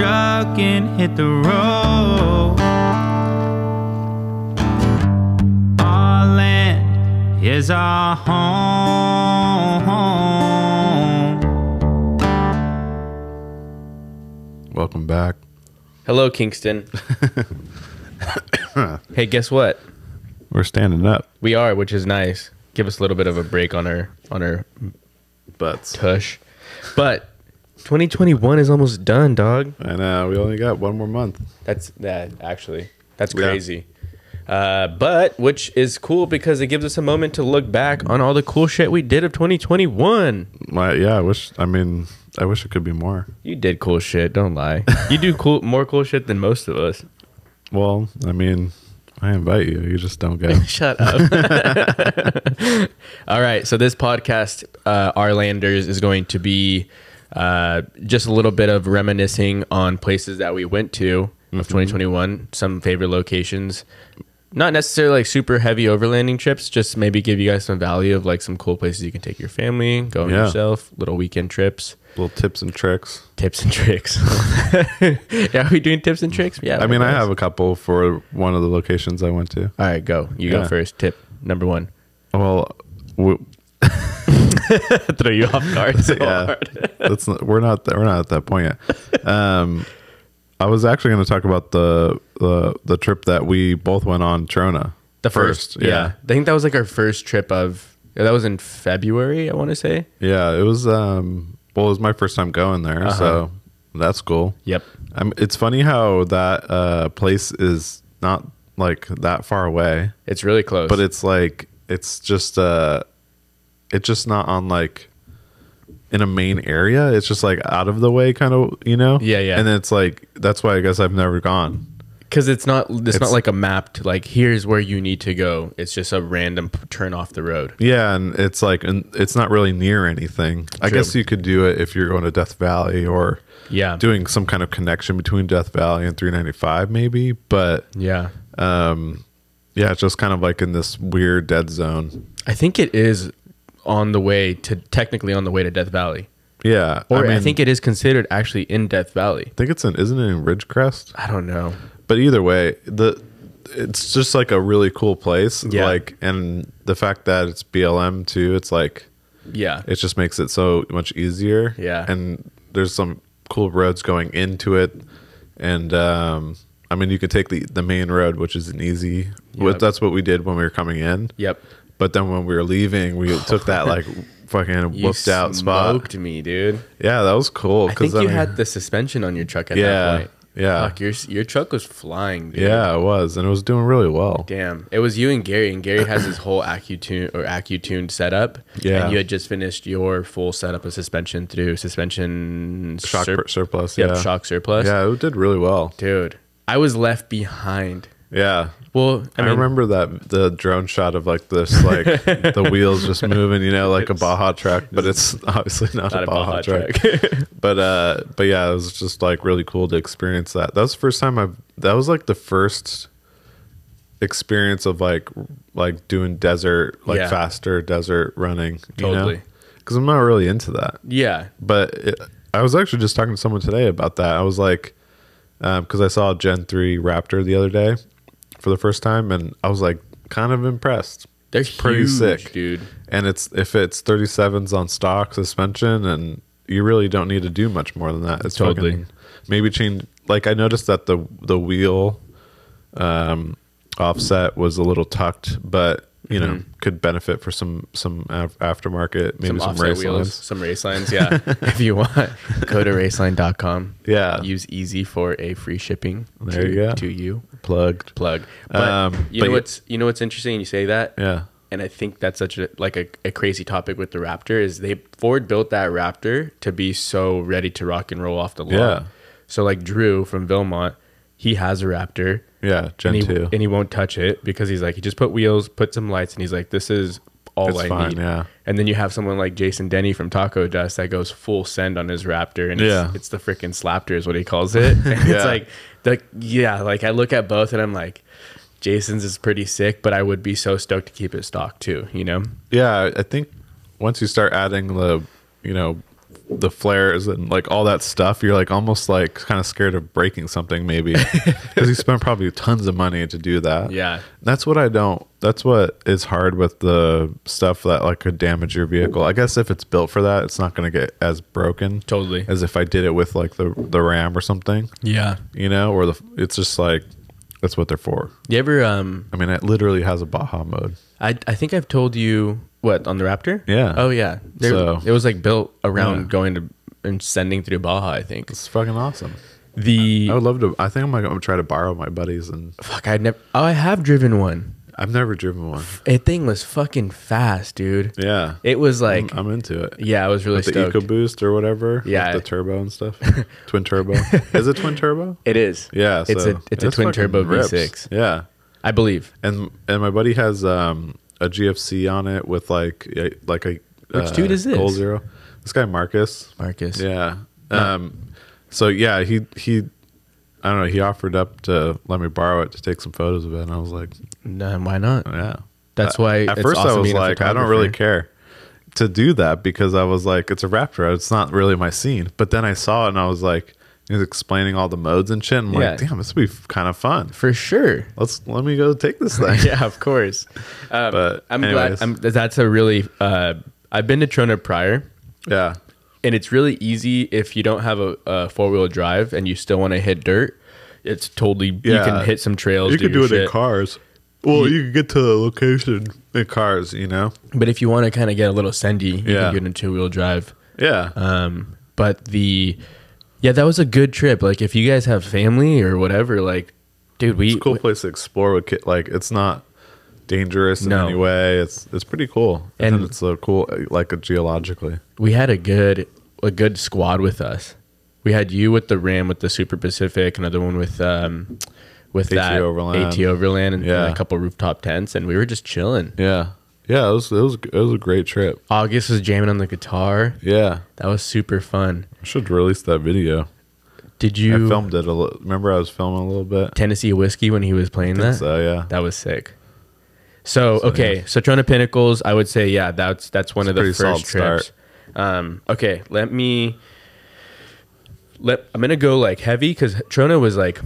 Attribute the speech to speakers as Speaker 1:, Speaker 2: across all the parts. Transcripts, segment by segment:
Speaker 1: fucking hit the road. Our land is our home.
Speaker 2: Welcome back.
Speaker 3: Hello, Kingston. hey, guess what?
Speaker 2: We're standing up.
Speaker 3: We are, which is nice. Give us a little bit of a break on our on our
Speaker 2: Butts.
Speaker 3: tush. But 2021 is almost done, dog.
Speaker 2: And uh, we only got one more month.
Speaker 3: That's that actually. That's
Speaker 2: Yeah.
Speaker 3: crazy. Uh, but which is cool because it gives us a moment to look back on all the cool shit we did of 2021.
Speaker 2: My, yeah, I wish. I mean, I wish it could be more.
Speaker 3: You did cool shit, don't lie. You do cool more cool shit than most of us.
Speaker 2: Well, I mean, I invite you. You just don't go.
Speaker 3: Shut up. All right. So this podcast, uh, Our Landers, is going to be uh, just a little bit of reminiscing on places that we went to of 2021, some favorite locations. Not necessarily like super heavy overlanding trips, just maybe give you guys some value of like some cool places you can take your family, go on
Speaker 2: Yeah.
Speaker 3: yourself, little weekend trips,
Speaker 2: Little tips and tricks.
Speaker 3: tips and tricks. yeah, are we doing tips and tricks? Yeah.
Speaker 2: I mean, I
Speaker 3: guess.
Speaker 2: have a couple for one of the locations I went to.
Speaker 3: All right, go. You go
Speaker 2: Yeah.
Speaker 3: first. Tip number one.
Speaker 2: Well, we,
Speaker 3: Throw you off guard so
Speaker 2: yeah,
Speaker 3: hard.
Speaker 2: that's not, we're not th- we're not at that point yet. Um, I was actually going to talk about the, the the trip that we both went on Trona.
Speaker 3: The first, yeah. I think that was like our first trip of yeah, that was in February, I want to say.
Speaker 2: Yeah, it was. Um, well, it was my first time going there,
Speaker 3: Uh-huh.
Speaker 2: so that's cool.
Speaker 3: Yep.
Speaker 2: I'm, it's funny how that uh, place is not like that far away,
Speaker 3: It's really close.
Speaker 2: but it's like it's just uh, it's just not on like in a main area. It's just like out of the way, kind of you know.
Speaker 3: Yeah, yeah.
Speaker 2: And it's like that's why I guess I've never gone.
Speaker 3: cuz it's not it's,
Speaker 2: It's-
Speaker 3: not like a mapped like here's where you need to go. It's just a random p- turn off the road.
Speaker 2: Yeah, and it's like and it's not really near anything. I
Speaker 3: True.
Speaker 2: guess you could do it if you're going to Death Valley or
Speaker 3: Yeah.
Speaker 2: doing some kind of connection between Death Valley and 395 maybe, but
Speaker 3: yeah.
Speaker 2: yeah, it's just kind of like in this weird dead zone.
Speaker 3: I think it is on the way to technically on the way to Death Valley.
Speaker 2: Yeah,
Speaker 3: Or I,
Speaker 2: mean,
Speaker 3: think it is considered actually in Death Valley.
Speaker 2: I think it's in isn't it in Ridgecrest?
Speaker 3: I don't know.
Speaker 2: But either way, the it's just like a really cool place.
Speaker 3: Yeah.
Speaker 2: Like and the fact that it's BLM too, it's like
Speaker 3: Yeah.
Speaker 2: it just makes it so much easier.
Speaker 3: Yeah.
Speaker 2: And there's some cool roads going into it. And um I mean you could take the the main road, which is an easy
Speaker 3: Yep.
Speaker 2: that's what we did when we were coming in.
Speaker 3: yep.
Speaker 2: But then when we were leaving, we took that like fucking
Speaker 3: You
Speaker 2: whooped out spot.
Speaker 3: smoked me, dude.
Speaker 2: Yeah, that was cool.
Speaker 3: I think you
Speaker 2: mean-
Speaker 3: had the suspension on your truck at
Speaker 2: Yeah,
Speaker 3: that point.
Speaker 2: yeah.
Speaker 3: Fuck, your your truck was flying, dude.
Speaker 2: Yeah, it was, and it was doing really well.
Speaker 3: Damn. It was you and Gary, and Gary has his whole Accutune or Accutune setup.
Speaker 2: Yeah.
Speaker 3: And you had just finished your full setup of suspension through suspension
Speaker 2: Shock
Speaker 3: sur-
Speaker 2: pur- surplus.
Speaker 3: yep,
Speaker 2: yeah,
Speaker 3: shock surplus.
Speaker 2: Yeah, it did really well.
Speaker 3: Dude. I was left behind.
Speaker 2: Yeah,
Speaker 3: Well, I,
Speaker 2: I,
Speaker 3: mean,
Speaker 2: remember that the drone shot of like this, like the wheels just moving, you know, like a Baja truck, but it's obviously not,
Speaker 3: not
Speaker 2: a Baja, truck. but uh, but yeah, it was just like really cool to experience that. That was the first time I. have That was like the first experience of like like doing desert like
Speaker 3: Yeah.
Speaker 2: faster desert running
Speaker 3: Totally.
Speaker 2: because i'm not really into that
Speaker 3: yeah.
Speaker 2: but it, I was actually just talking to someone today about that. I was like, because I saw a Gen three Raptor the other day for the first time, and I was like, kind of impressed.
Speaker 3: They're
Speaker 2: pretty
Speaker 3: huge,
Speaker 2: sick.
Speaker 3: dude.
Speaker 2: And it's if it's thirty sevens on stock suspension, and you really don't need to do much more than that. It's
Speaker 3: Totally.
Speaker 2: fucking- maybe change. Like I noticed that the the wheel um, offset was a little tucked, but you know could benefit for some some af- aftermarket, maybe
Speaker 3: Mm-hmm. Some,
Speaker 2: some,
Speaker 3: offset
Speaker 2: race
Speaker 3: wheels,
Speaker 2: lines.
Speaker 3: some race lines. Yeah. if you want, go to raceline.com.
Speaker 2: Yeah.
Speaker 3: Use easy for a free shipping
Speaker 2: There
Speaker 3: to,
Speaker 2: you go.
Speaker 3: to you.
Speaker 2: Plugged.
Speaker 3: Plug. But
Speaker 2: Um,
Speaker 3: you
Speaker 2: but
Speaker 3: know
Speaker 2: you-
Speaker 3: what's you know what's interesting? You say that.
Speaker 2: Yeah.
Speaker 3: and I think that's such a like a, a crazy topic with the Raptor is they Ford built that Raptor to be so ready to rock and roll off the lot.
Speaker 2: Yeah.
Speaker 3: So like Drew from Vilmont, he has a Raptor.
Speaker 2: Yeah, Gen
Speaker 3: And he,
Speaker 2: two.
Speaker 3: and he won't touch it because he's like he just put wheels, put some lights, and he's like, this is all
Speaker 2: It's
Speaker 3: I
Speaker 2: fine,
Speaker 3: need.
Speaker 2: yeah.
Speaker 3: And then you have someone like Jason Denny from Taco Dust that goes full send on his Raptor, and
Speaker 2: Yeah.
Speaker 3: it's, it's the freaking slapter is what he calls it. And
Speaker 2: Yeah.
Speaker 3: It's like the yeah, like I look at both and I'm like, Jason's is pretty sick, but I would be so stoked to keep it stock too. You know?
Speaker 2: yeah, I think once you start adding the, you know, the flares and like all that stuff, you're like almost like kind of scared of breaking something maybe because you spent probably tons of money to do that.
Speaker 3: Yeah.
Speaker 2: That's what I don't. That's what is hard with the stuff that like could damage your vehicle. I guess if it's built for that, it's not going to get as broken
Speaker 3: Totally.
Speaker 2: as if I did it with like the the RAM or something,
Speaker 3: Yeah.
Speaker 2: you know, or the it's just like that's what they're for.
Speaker 3: You ever um
Speaker 2: I mean, it literally has a Baja mode.
Speaker 3: I I think I've told you what on the Raptor?
Speaker 2: Yeah.
Speaker 3: Oh yeah. There-
Speaker 2: So-
Speaker 3: it was like built around
Speaker 2: Yeah.
Speaker 3: going to and sending through Baja, I think.
Speaker 2: It's fucking awesome.
Speaker 3: The
Speaker 2: I would love to. I think I'm gonna, I'm gonna try to borrow my buddies, and
Speaker 3: fuck I never Oh, I have driven one.
Speaker 2: I've never driven one.
Speaker 3: It thing was fucking fast, dude.
Speaker 2: Yeah,
Speaker 3: It was like
Speaker 2: I'm into it.
Speaker 3: yeah, I was really
Speaker 2: With the
Speaker 3: stoked.
Speaker 2: EcoBoost or whatever. with
Speaker 3: Yeah.
Speaker 2: the turbo and stuff. twin turbo. Is it twin turbo?
Speaker 3: it is.
Speaker 2: Yeah,
Speaker 3: It's
Speaker 2: so-
Speaker 3: a it's a
Speaker 2: This
Speaker 3: twin
Speaker 2: fucking
Speaker 3: turbo
Speaker 2: rips.
Speaker 3: V6.
Speaker 2: Yeah,
Speaker 3: I believe.
Speaker 2: and and my buddy has um a GFC on it with like a, like a
Speaker 3: Which dude is this?
Speaker 2: Goal Zero. This guy Marcus.
Speaker 3: Marcus.
Speaker 2: Yeah. Um. So yeah, he he. I don't know. He offered up to let me borrow it to take some photos of it, and I was like,
Speaker 3: No, why not?
Speaker 2: Yeah.
Speaker 3: That's
Speaker 2: I-
Speaker 3: why
Speaker 2: At
Speaker 3: it's
Speaker 2: first,
Speaker 3: awesome
Speaker 2: I was
Speaker 3: being a
Speaker 2: like, I don't really
Speaker 3: photographer.
Speaker 2: care to do that because I was like, it's a Raptor. It's not really my scene. But then I saw it and I was like, he was explaining all the modes and shit. And I'm
Speaker 3: Yeah.
Speaker 2: like, damn, this would be kind of fun.
Speaker 3: For sure.
Speaker 2: Let's let me go take this thing.
Speaker 3: yeah, of course. Um,
Speaker 2: But
Speaker 3: I'm
Speaker 2: anyways.
Speaker 3: glad. I'm, that's a really. Uh, I've been to Trona prior,
Speaker 2: yeah.
Speaker 3: and it's really easy if you don't have a, a four wheel drive and you still want to hit dirt. It's totally you
Speaker 2: Yeah.
Speaker 3: can hit some trails.
Speaker 2: You could do
Speaker 3: your
Speaker 2: it in
Speaker 3: shit.
Speaker 2: cars. Well, you could get to the location in cars, you know?
Speaker 3: but if you want to kind of get a little sendy, you
Speaker 2: Yeah.
Speaker 3: can get in two wheel drive.
Speaker 2: Yeah.
Speaker 3: Um, but the yeah, that was a good trip. Like if you guys have family or whatever, like dude, we
Speaker 2: it's a cool place to explore with kid. Like, it's not dangerous in
Speaker 3: No.
Speaker 2: any way. It's it's pretty cool. And,
Speaker 3: And-
Speaker 2: it's so cool, like, geologically.
Speaker 3: we had a good a good squad with us. We had you with the Ram with the Super Pacific, another one with um with that
Speaker 2: AT Overland.
Speaker 3: AT Overland and, and
Speaker 2: Yeah.
Speaker 3: a couple rooftop tents and we were just chilling.
Speaker 2: Yeah. Yeah, it was it was it was a great trip.
Speaker 3: August was jamming on the guitar.
Speaker 2: Yeah.
Speaker 3: That was super fun.
Speaker 2: I should release that video.
Speaker 3: Did you
Speaker 2: I filmed it a little. Remember I was filming a little bit?
Speaker 3: Tennessee whiskey when he was playing that?
Speaker 2: So yeah.
Speaker 3: That was sick. So, okay,
Speaker 2: yeah.
Speaker 3: so Trona Pinnacles, I would say yeah, that's that's one
Speaker 2: It's
Speaker 3: of the
Speaker 2: pretty
Speaker 3: first
Speaker 2: solid
Speaker 3: trips. Um, okay, let me let I'm gonna go like heavy because Trona was like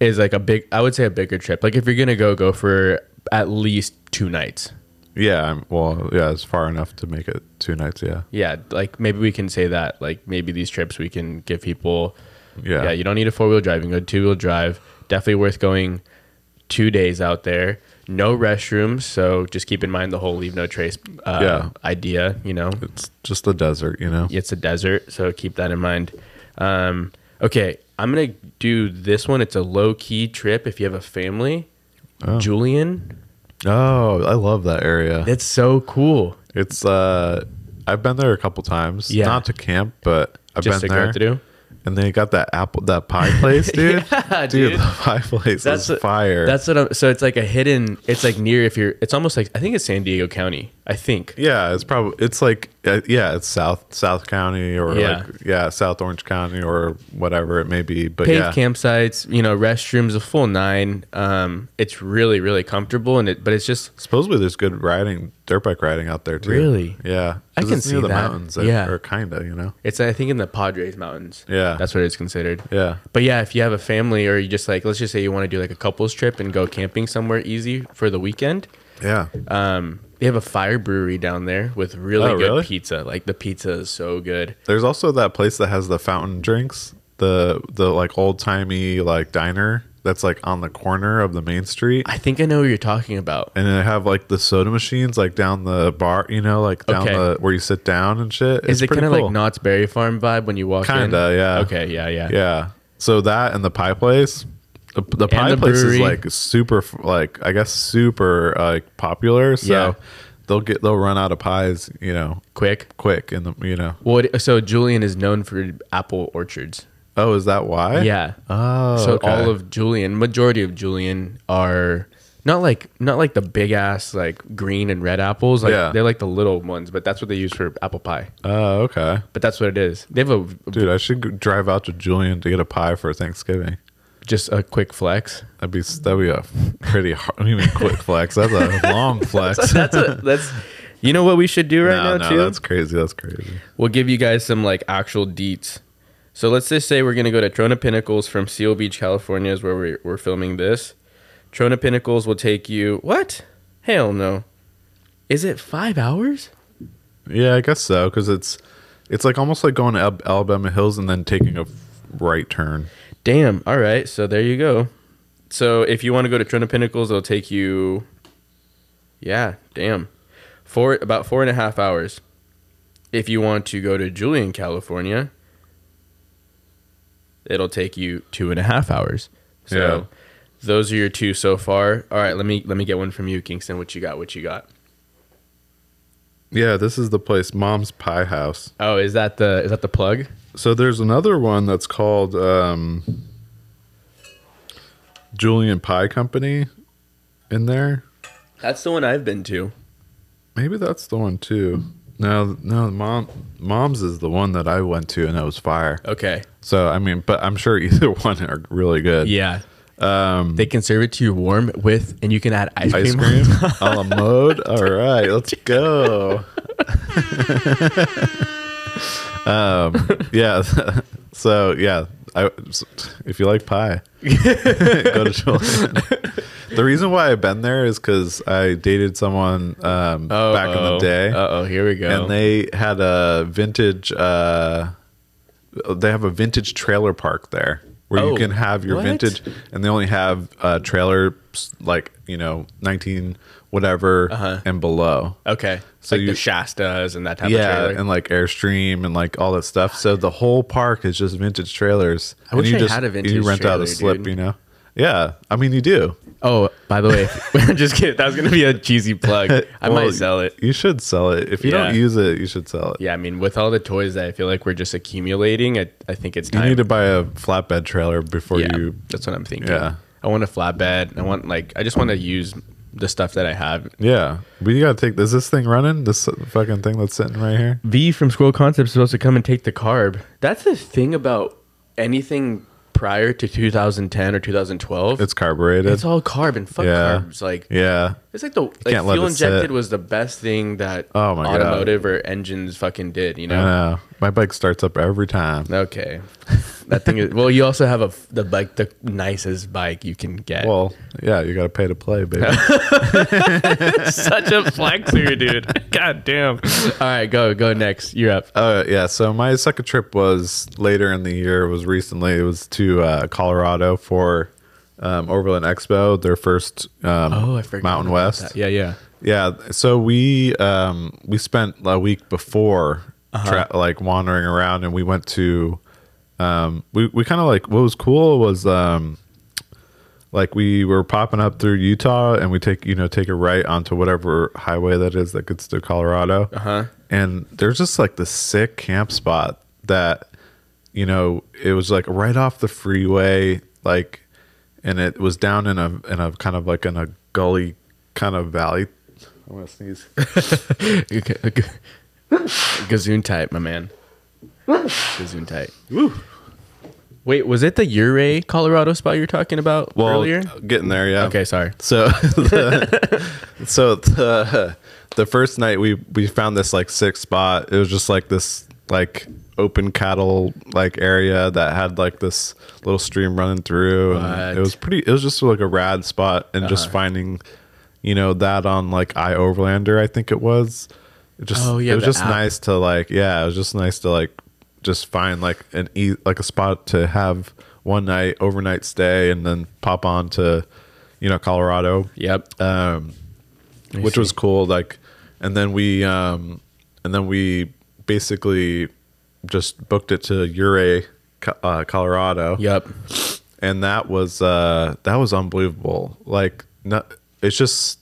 Speaker 3: is like a big I would say a bigger trip. Like if you're gonna go, go for at least two nights.
Speaker 2: yeah, I'm, well, yeah, it's far enough to make it two nights, yeah.
Speaker 3: Yeah, like maybe we can say that. Like maybe these trips we can give people.
Speaker 2: Yeah.
Speaker 3: you don't need a four wheel drive. You can go two wheel drive. Definitely worth going two days out there. No restrooms, so just keep in mind the whole leave no trace uh,
Speaker 2: Yeah.
Speaker 3: idea. You know,
Speaker 2: It's just the desert, you know.
Speaker 3: it's a desert, so keep that in mind. Um, okay, I'm gonna do this one. It's a low key trip if you have a family. Julian,
Speaker 2: Oh, I love that area.
Speaker 3: that's so cool.
Speaker 2: It's uh I've been there a couple times.
Speaker 3: Yeah.
Speaker 2: Not to camp, but I've
Speaker 3: Just
Speaker 2: been
Speaker 3: to go
Speaker 2: there.
Speaker 3: to do?
Speaker 2: And they got that apple that pie place, dude.
Speaker 3: Yeah,
Speaker 2: dude,
Speaker 3: dude.
Speaker 2: the pie place is
Speaker 3: what-
Speaker 2: fire.
Speaker 3: That's what I'm. So it's like a hidden. It's like near if you're. It's almost like I think it's San Diego County. I think.
Speaker 2: Yeah, it's probably it's like uh, yeah, it's South South County or
Speaker 3: Yeah.
Speaker 2: like yeah, South Orange County or whatever it may be. But
Speaker 3: Paved
Speaker 2: yeah,
Speaker 3: campsites, you know, restrooms, a full nine. Um, it's really, really comfortable, and it, but it's just
Speaker 2: supposedly there's good riding, dirt bike riding out there too.
Speaker 3: Really?
Speaker 2: Yeah,
Speaker 3: I
Speaker 2: 'Cause
Speaker 3: can
Speaker 2: it's near
Speaker 3: see
Speaker 2: the
Speaker 3: that.
Speaker 2: mountains. uh,
Speaker 3: Yeah.
Speaker 2: or kinda, you know.
Speaker 3: it's I think in the Padres Mountains.
Speaker 2: Yeah.
Speaker 3: that's what it's considered.
Speaker 2: Yeah,
Speaker 3: But yeah, if you have a family or you just like, let's just say you want to do like a couples trip and go camping somewhere easy for the weekend.
Speaker 2: yeah.
Speaker 3: Um, they have a fire brewery down there with really
Speaker 2: Oh,
Speaker 3: good
Speaker 2: really?
Speaker 3: pizza. Like the pizza is so good.
Speaker 2: There's also that place that has the fountain drinks, the the like old timey like diner that's like on the corner of the main street.
Speaker 3: I think I know what you're talking about.
Speaker 2: And they have like the soda machines like down the bar, you know, like down
Speaker 3: Okay.
Speaker 2: the where you sit down and shit.
Speaker 3: Is it
Speaker 2: pretty
Speaker 3: kind of
Speaker 2: cool.
Speaker 3: like Knott's Berry Farm vibe when you walk in?
Speaker 2: Kinda, yeah.
Speaker 3: Okay, yeah, yeah.
Speaker 2: Yeah. So that and the pie place. The, the pie
Speaker 3: the
Speaker 2: place
Speaker 3: brewery.
Speaker 2: is like super, like I guess super like popular. So
Speaker 3: Yeah.
Speaker 2: they'll get they'll run out of pies, you know,
Speaker 3: Quick.
Speaker 2: quick. In the you know,
Speaker 3: Well, it, so Julian is known for apple orchards.
Speaker 2: oh, is that why?
Speaker 3: Yeah.
Speaker 2: Oh,
Speaker 3: so
Speaker 2: okay.
Speaker 3: all of Julian, majority of Julian are not like not like the big ass like green and red apples. Like
Speaker 2: Yeah.
Speaker 3: they're like the little ones, but that's what they use for apple pie.
Speaker 2: Oh, okay,
Speaker 3: But that's what it is. They have a
Speaker 2: dude. I should go- drive out to Julian to get a pie for Thanksgiving.
Speaker 3: just a quick flex.
Speaker 2: That'd be that'd be a pretty hard, I don't even quick flex. That's a long flex.
Speaker 3: That's a that's You know what we should do right
Speaker 2: no,
Speaker 3: now
Speaker 2: no,
Speaker 3: too?
Speaker 2: that's crazy. That's crazy.
Speaker 3: We'll give you guys some like actual deets. So let's just say we're gonna go to Trona Pinnacles from Seal Beach, California, is where we're, we're filming this. Trona Pinnacles will take you what? Hell no. Is it five hours?
Speaker 2: Yeah, I guess so because it's it's like almost like going to Al- Alabama Hills and then taking a f- right turn.
Speaker 3: Damn. All right. So there you go. So if you want to go to Trona Pinnacles, it'll take you. Yeah. Damn. Four about four and a half hours. If you want to go to Julian, California, it'll take you two and a half hours. So those are your two so far. All right. Let me let me get one from you, Kingston. What you got? What you got?
Speaker 2: Yeah, this is the place, Mom's Pie House.
Speaker 3: Oh, is that the is that the plug?
Speaker 2: So there's another one that's called um, Julian Pie Company in there.
Speaker 3: That's the one I've been to.
Speaker 2: Maybe that's the one too. No, no, mom, mom's is the one that I went to and it was fire.
Speaker 3: Okay.
Speaker 2: So I mean, but I'm sure either one are really good.
Speaker 3: Yeah. Um, they can serve it to you warm with, and you can add ice,
Speaker 2: Ice
Speaker 3: cream. on
Speaker 2: cream, a la mode. All right, let's go. um, yeah. So yeah, I, if you like pie, go to Julian. the reason why I've been there is because I dated someone um, back in the day.
Speaker 3: Uh oh, here we go.
Speaker 2: and they had a vintage uh they have a vintage trailer park there where
Speaker 3: Oh,
Speaker 2: you can have your
Speaker 3: what?
Speaker 2: vintage and they only have uh trailer like you know 19 whatever and below
Speaker 3: okay,
Speaker 2: So
Speaker 3: so like
Speaker 2: you-
Speaker 3: the Shastas Uh-huh. and that type
Speaker 2: yeah
Speaker 3: of trailer.
Speaker 2: and like airstream and like all that stuff so the whole park is just vintage trailers
Speaker 3: I
Speaker 2: and
Speaker 3: wish
Speaker 2: you
Speaker 3: I
Speaker 2: just
Speaker 3: had a
Speaker 2: you
Speaker 3: vintage
Speaker 2: rent out
Speaker 3: trailer,
Speaker 2: a slip
Speaker 3: dude.
Speaker 2: you know yeah i mean you do
Speaker 3: oh, by the way, just kidding. That was gonna be a cheesy plug. I
Speaker 2: Well,
Speaker 3: might sell it.
Speaker 2: you should sell it if you don't
Speaker 3: Yeah.
Speaker 2: use it you should sell it
Speaker 3: Yeah, I mean, with all the toys that I feel like we're just accumulating, I, I think it's
Speaker 2: you
Speaker 3: time.
Speaker 2: need to buy a flatbed trailer before
Speaker 3: yeah,
Speaker 2: you
Speaker 3: that's what I'm thinking.
Speaker 2: Yeah.
Speaker 3: I want a flatbed. I want like I just want to use the stuff that I have.
Speaker 2: Yeah, but you gotta take. Is this thing running? This fucking thing that's sitting right here.
Speaker 3: V from Squirrel Concepts is supposed to come and take the carb. That's the thing about anything prior to 2010 or 2012.
Speaker 2: It's carbureted.
Speaker 3: it's all carb and fuck
Speaker 2: Yeah.
Speaker 3: carbs. Like
Speaker 2: yeah,
Speaker 3: It's like the like
Speaker 2: Can't let
Speaker 3: fuel
Speaker 2: it sit.
Speaker 3: injected was the best thing that
Speaker 2: Oh my God. Uh-huh.
Speaker 3: automotive or engines fucking did, you
Speaker 2: I
Speaker 3: know?
Speaker 2: know. My bike starts up every time.
Speaker 3: okay. That thing is well, you also have a f- the bike the nicest bike you can get.
Speaker 2: Well, yeah, you gotta pay to play, baby.
Speaker 3: Such a flexer, dude. God damn. All right, go go next. You're up.
Speaker 2: uh, yeah. So my second trip was later in the year. It was recently. It was to uh, Colorado for um, Overland Expo, their first um,
Speaker 3: Oh, I forgot
Speaker 2: Mountain
Speaker 3: about
Speaker 2: West.
Speaker 3: that. Yeah, yeah.
Speaker 2: Yeah, so we um we spent a week before tra- like wandering around and we went to um we we kind of like what was cool was um like we were popping up through Utah and we take you know take a right onto whatever highway that is that gets to Colorado. Uh-huh. And there's just like the sick camp spot that you know, it was like right off the freeway like and it was down in a in a kind of like in a gully kind of valley. I'm gonna sneeze.
Speaker 3: Okay, okay. Gazoon type, my man. Gazoon type. Woo. Wait, was it the Uray, Colorado spot you're talking about
Speaker 2: Well, uh,
Speaker 3: earlier?
Speaker 2: getting there, yeah.
Speaker 3: Okay, sorry.
Speaker 2: So, the, so the the first night we we found this like sixth spot. It was just like this like open cattle like area that had like this little stream running through. And it
Speaker 3: What? Uh-huh.
Speaker 2: was pretty. It was just like a rad spot, and just finding, you know, that on like I Overlander, I think it was. It just
Speaker 3: Oh, yeah,
Speaker 2: it was
Speaker 3: the
Speaker 2: just
Speaker 3: app.
Speaker 2: nice to like yeah, it was just nice to like just find like an e- like a spot to have one night overnight stay and then pop on to you know Colorado
Speaker 3: Yep.
Speaker 2: um, which was cool. Like, and then we, um, and then we basically just booked it to Uray, Co- uh, Colorado.
Speaker 3: yep.
Speaker 2: And that was, uh, that was unbelievable. Like, not, it's just,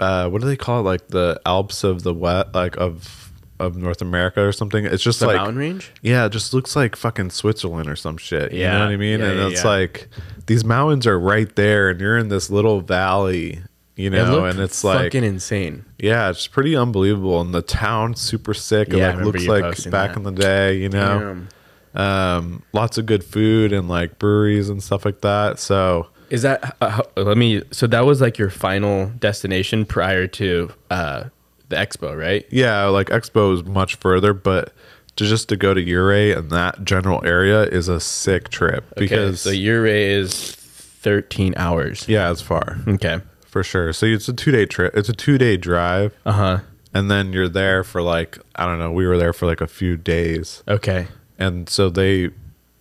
Speaker 2: uh, what do they call it? Like the Alps of the wet, like of, of North America or something. It's just
Speaker 3: The
Speaker 2: like
Speaker 3: mountain range?
Speaker 2: yeah, it just looks like fucking Switzerland or some shit. You
Speaker 3: Yeah.
Speaker 2: know what I mean?
Speaker 3: Yeah,
Speaker 2: and
Speaker 3: yeah,
Speaker 2: it's
Speaker 3: yeah.
Speaker 2: like these mountains are right there and you're in this little valley, you know,
Speaker 3: looked
Speaker 2: and it's like
Speaker 3: fucking insane.
Speaker 2: yeah, it's pretty unbelievable. And the town's super sick. It
Speaker 3: Yeah, I
Speaker 2: like
Speaker 3: remember
Speaker 2: looks
Speaker 3: you
Speaker 2: like
Speaker 3: posting
Speaker 2: back
Speaker 3: that.
Speaker 2: in the day, you know.
Speaker 3: Damn.
Speaker 2: Um lots of good food and like breweries and stuff like that. So
Speaker 3: Is that uh, how- let me? So that was like your final destination prior to uh, the expo, right?
Speaker 2: yeah, like Expo is much further, but to just to go to Uray and that general area is a sick trip
Speaker 3: Because
Speaker 2: because
Speaker 3: so your ray is 13 hours.
Speaker 2: yeah, it's far
Speaker 3: Okay.
Speaker 2: for sure. So it's a two day trip. It's a two day drive,
Speaker 3: Uh huh.
Speaker 2: and then you're there for like I don't know. We were there for like a few days,
Speaker 3: Okay.
Speaker 2: and so they.